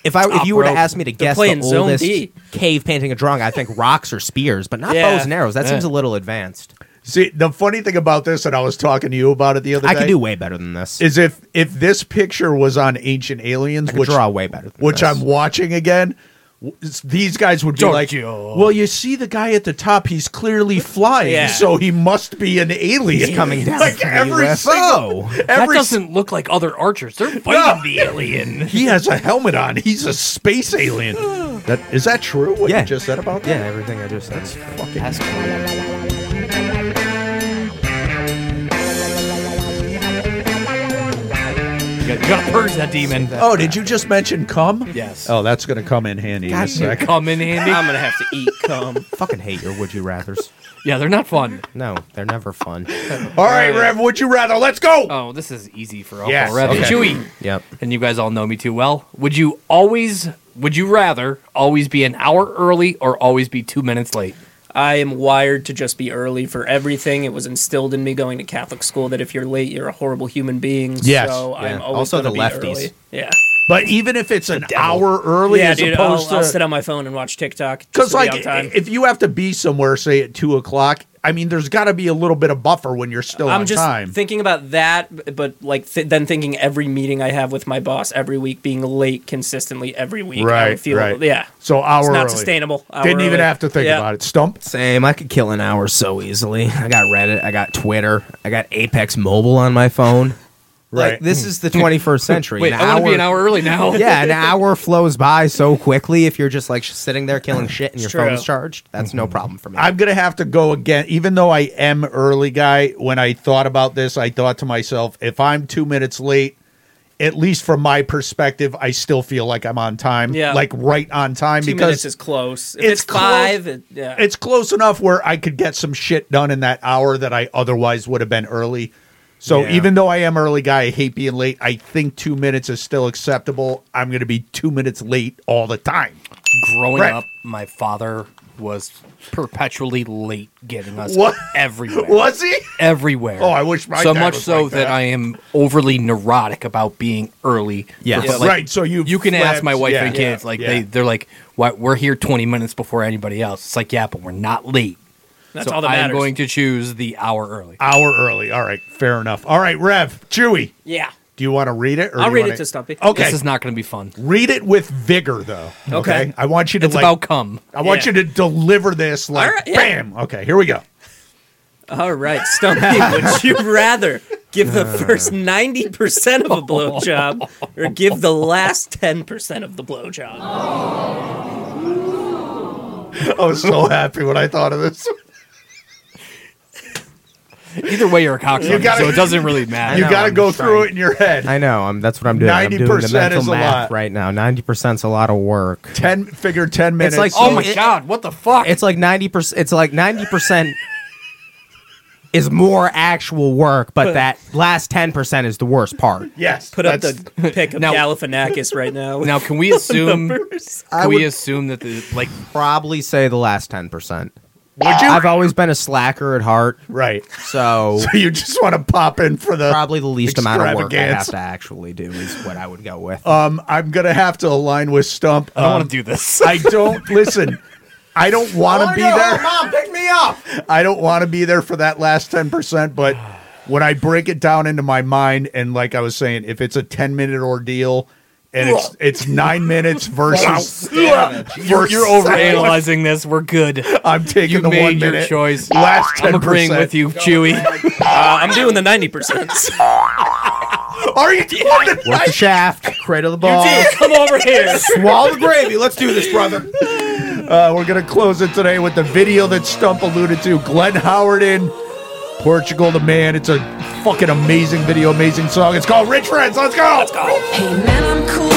Speaker 4: if I if you were to
Speaker 2: rope.
Speaker 4: ask me to guess the
Speaker 1: playing Zone
Speaker 4: oldest
Speaker 1: D.
Speaker 4: cave painting a drawing, I think rocks or spears, but not
Speaker 1: Yeah.
Speaker 4: bows and arrows. That
Speaker 2: Yeah.
Speaker 4: seems a little advanced.
Speaker 3: See, the funny thing about this, and I was talking to you about it the other
Speaker 4: I
Speaker 3: day,
Speaker 4: could do way better than this.
Speaker 3: is if, if this picture was on Ancient Aliens,
Speaker 4: I could
Speaker 3: which
Speaker 4: draw way better than
Speaker 3: which
Speaker 4: this.
Speaker 3: I'm watching again. w- s- These guys would be
Speaker 2: Giorgio.
Speaker 3: like, well, you see the guy at the top, he's clearly flying,
Speaker 1: Yeah.
Speaker 3: so he must be an alien.
Speaker 4: He's coming down
Speaker 3: like
Speaker 4: from the
Speaker 3: every
Speaker 4: UFO.
Speaker 3: single,
Speaker 2: That
Speaker 3: every s-
Speaker 2: doesn't look like other archers. They're fighting the alien.
Speaker 3: he has a helmet on. He's a space alien. That is that true? What
Speaker 4: Yeah.
Speaker 3: you just said about
Speaker 4: Yeah,
Speaker 3: that?
Speaker 4: everything I just said.
Speaker 2: You gotta, you gotta purge that demon.
Speaker 3: Oh, did you just mention cum?
Speaker 2: Yes.
Speaker 3: Oh, that's gonna come in handy in a second.
Speaker 2: Come in handy.
Speaker 1: I'm gonna have to eat cum.
Speaker 4: Fucking hate your would you rather's.
Speaker 2: Yeah, they're not fun.
Speaker 4: No, they're never fun.
Speaker 3: All right, Rev, would you rather? Let's go.
Speaker 2: Oh, this is easy for Uncle
Speaker 3: Yes,
Speaker 2: Rev.
Speaker 3: okay.
Speaker 2: Chewy.
Speaker 4: Yep.
Speaker 2: And you guys all know me too well. Would you always? Would you rather always be an hour early or always be two minutes late?
Speaker 1: I am wired to just be early for everything. It was instilled in me going to Catholic school that if you're late, you're a horrible human being.
Speaker 3: Yes.
Speaker 1: So
Speaker 4: Yeah.
Speaker 1: I'm always
Speaker 4: Also
Speaker 1: gonna
Speaker 4: the
Speaker 1: be
Speaker 4: lefties.
Speaker 1: early. Yeah.
Speaker 3: But even if it's an hour early,
Speaker 1: yeah,
Speaker 3: as
Speaker 1: dude.
Speaker 3: opposed
Speaker 1: I'll,
Speaker 3: to
Speaker 1: I'll sit on my phone and watch TikTok just
Speaker 3: Because
Speaker 1: to be
Speaker 3: like,
Speaker 1: on time.
Speaker 3: if you have to be somewhere, say at two o'clock, I mean, there's got to be a little bit of buffer when you're still
Speaker 1: I'm
Speaker 3: on
Speaker 1: just
Speaker 3: time.
Speaker 1: thinking about that, but like th- then thinking every meeting I have with my boss every week being late consistently every week. I would feel, Yeah.
Speaker 3: So hour
Speaker 1: it's not
Speaker 3: early.
Speaker 1: sustainable. Hour
Speaker 3: Didn't even
Speaker 1: early.
Speaker 3: have to think
Speaker 1: Yeah.
Speaker 3: about it. Stump.
Speaker 4: Same. I could kill an hour so easily. I got Reddit. I got Twitter. I got Apex Mobile on my phone.
Speaker 3: Right.
Speaker 4: Like this is the 21st century.
Speaker 2: Wait,
Speaker 4: An
Speaker 2: I want to be
Speaker 4: hour-
Speaker 2: an hour early now.
Speaker 4: yeah, an hour flows by so quickly if you're just like sh- sitting there killing shit and your
Speaker 1: It's
Speaker 4: phone's
Speaker 1: true.
Speaker 4: charged. That's no problem for me.
Speaker 3: I'm gonna have to go again, even though I am early guy. When I thought about this, I thought to myself, if I'm two minutes late, at least from my perspective, I still feel like I'm on time.
Speaker 1: Yeah.
Speaker 3: Like right on time
Speaker 1: Two minutes
Speaker 3: because
Speaker 1: is close. If
Speaker 3: it's
Speaker 1: it's,
Speaker 3: close-
Speaker 1: five, it, yeah.
Speaker 3: it's close enough where I could get some shit done in that hour that I otherwise would have been early. So
Speaker 4: Yeah.
Speaker 3: even though I am early guy, I hate being late. I think two minutes is still acceptable. I'm going to be two minutes late all the time.
Speaker 2: Growing
Speaker 3: Right.
Speaker 2: up, my father was perpetually late getting us
Speaker 3: What?
Speaker 2: everywhere.
Speaker 3: Was he?
Speaker 2: Everywhere.
Speaker 3: Oh, I wish my
Speaker 2: so
Speaker 3: dad
Speaker 2: much
Speaker 3: was
Speaker 2: so
Speaker 3: like
Speaker 2: that.
Speaker 3: that.
Speaker 2: I am overly neurotic about being early.
Speaker 4: Yes.
Speaker 2: For-
Speaker 4: Like,
Speaker 3: right. So you
Speaker 2: You can ask my wife and kids. like they, they're like, "Why we're here twenty minutes before anybody else?" It's like, yeah, but we're not late.
Speaker 1: That's
Speaker 2: so
Speaker 1: all that
Speaker 2: I am
Speaker 1: matters.
Speaker 2: going to choose the hour early.
Speaker 3: hour early. All right, fair enough. All right, Rev, Chewy,
Speaker 1: yeah.
Speaker 3: do you want to read it? Or
Speaker 1: I'll
Speaker 3: do you
Speaker 1: read
Speaker 3: wanna-
Speaker 1: it to Stumpy.
Speaker 3: Okay,
Speaker 2: This is not going to be fun.
Speaker 3: read it with vigor though.
Speaker 1: Okay.
Speaker 3: I want you to
Speaker 2: It's
Speaker 3: like.
Speaker 2: about cum.
Speaker 3: I want
Speaker 1: Yeah.
Speaker 3: you to deliver this like
Speaker 1: All right, yeah.
Speaker 3: bam. Okay, here we go.
Speaker 1: All right, Stumpy, would you rather give
Speaker 3: Uh.
Speaker 1: the first 90% of a blowjob or give the last 10% of the blowjob?
Speaker 3: I was so happy when I thought of this.
Speaker 2: Either way, you're a cocksucker,
Speaker 3: gotta-
Speaker 2: so it doesn't really matter.
Speaker 3: You
Speaker 4: know,
Speaker 3: got to
Speaker 4: I'm
Speaker 3: go
Speaker 4: just
Speaker 3: through
Speaker 4: trying.
Speaker 3: it in your head.
Speaker 4: I know. I'm, that's what I'm doing. I'm doing the
Speaker 3: 90%
Speaker 4: mental
Speaker 3: is a
Speaker 4: math
Speaker 3: lot.
Speaker 4: right now. Ninety percent's a lot of work.
Speaker 3: ten figure ten minutes.
Speaker 4: It's like
Speaker 2: oh my
Speaker 4: It-
Speaker 2: god, what the fuck?
Speaker 4: It's like ninety percent. It's like ninety percent is more actual work, but that last ten percent is the worst part.
Speaker 3: yes.
Speaker 1: Put up
Speaker 3: that's-
Speaker 1: the pick of
Speaker 2: Now-
Speaker 1: Galifianakis right now.
Speaker 2: now, can we assume?
Speaker 1: Numbers.
Speaker 2: Can we assume that the like
Speaker 4: Probably say the last ten percent.
Speaker 3: Would you?
Speaker 4: I've always been a slacker at heart,
Speaker 3: right.
Speaker 4: so
Speaker 3: So you just want to pop in for the.
Speaker 4: probably the least amount of work I
Speaker 3: Extravagance.
Speaker 4: have to actually do is what I would go with.
Speaker 3: Um, I'm gonna have to align with Stump.
Speaker 2: I don't
Speaker 3: Um,
Speaker 2: want to do this?
Speaker 3: I don't listen. I don't want to be there.
Speaker 4: Oh, Mom, pick me up.
Speaker 3: I don't want to be there for that last 10%, but when I break it down into my mind and like I was saying, if it's a 10-minute ordeal and it's it's 9 minutes versus
Speaker 2: You're, you're overanalyzing this. We're good.
Speaker 3: I'm taking
Speaker 2: You
Speaker 3: the
Speaker 2: made
Speaker 3: 1
Speaker 2: your
Speaker 3: minute.
Speaker 2: choice.
Speaker 3: Last 10%.
Speaker 2: I'm agreeing with you, Chewy.
Speaker 1: Uh, I'm doing the 90%.
Speaker 3: Are you fucking
Speaker 4: Work the shaft, cradle the ball,
Speaker 1: Come over here.
Speaker 4: swallow the gravy. Let's do this, brother.
Speaker 3: Uh, we're going to close it today with the video that Stump alluded to. Glenn Howard in Portugal the Man. It's a fucking amazing video, amazing song. It's called Rich Friends. Let's go. Let's go.
Speaker 7: Hey man, I'm cool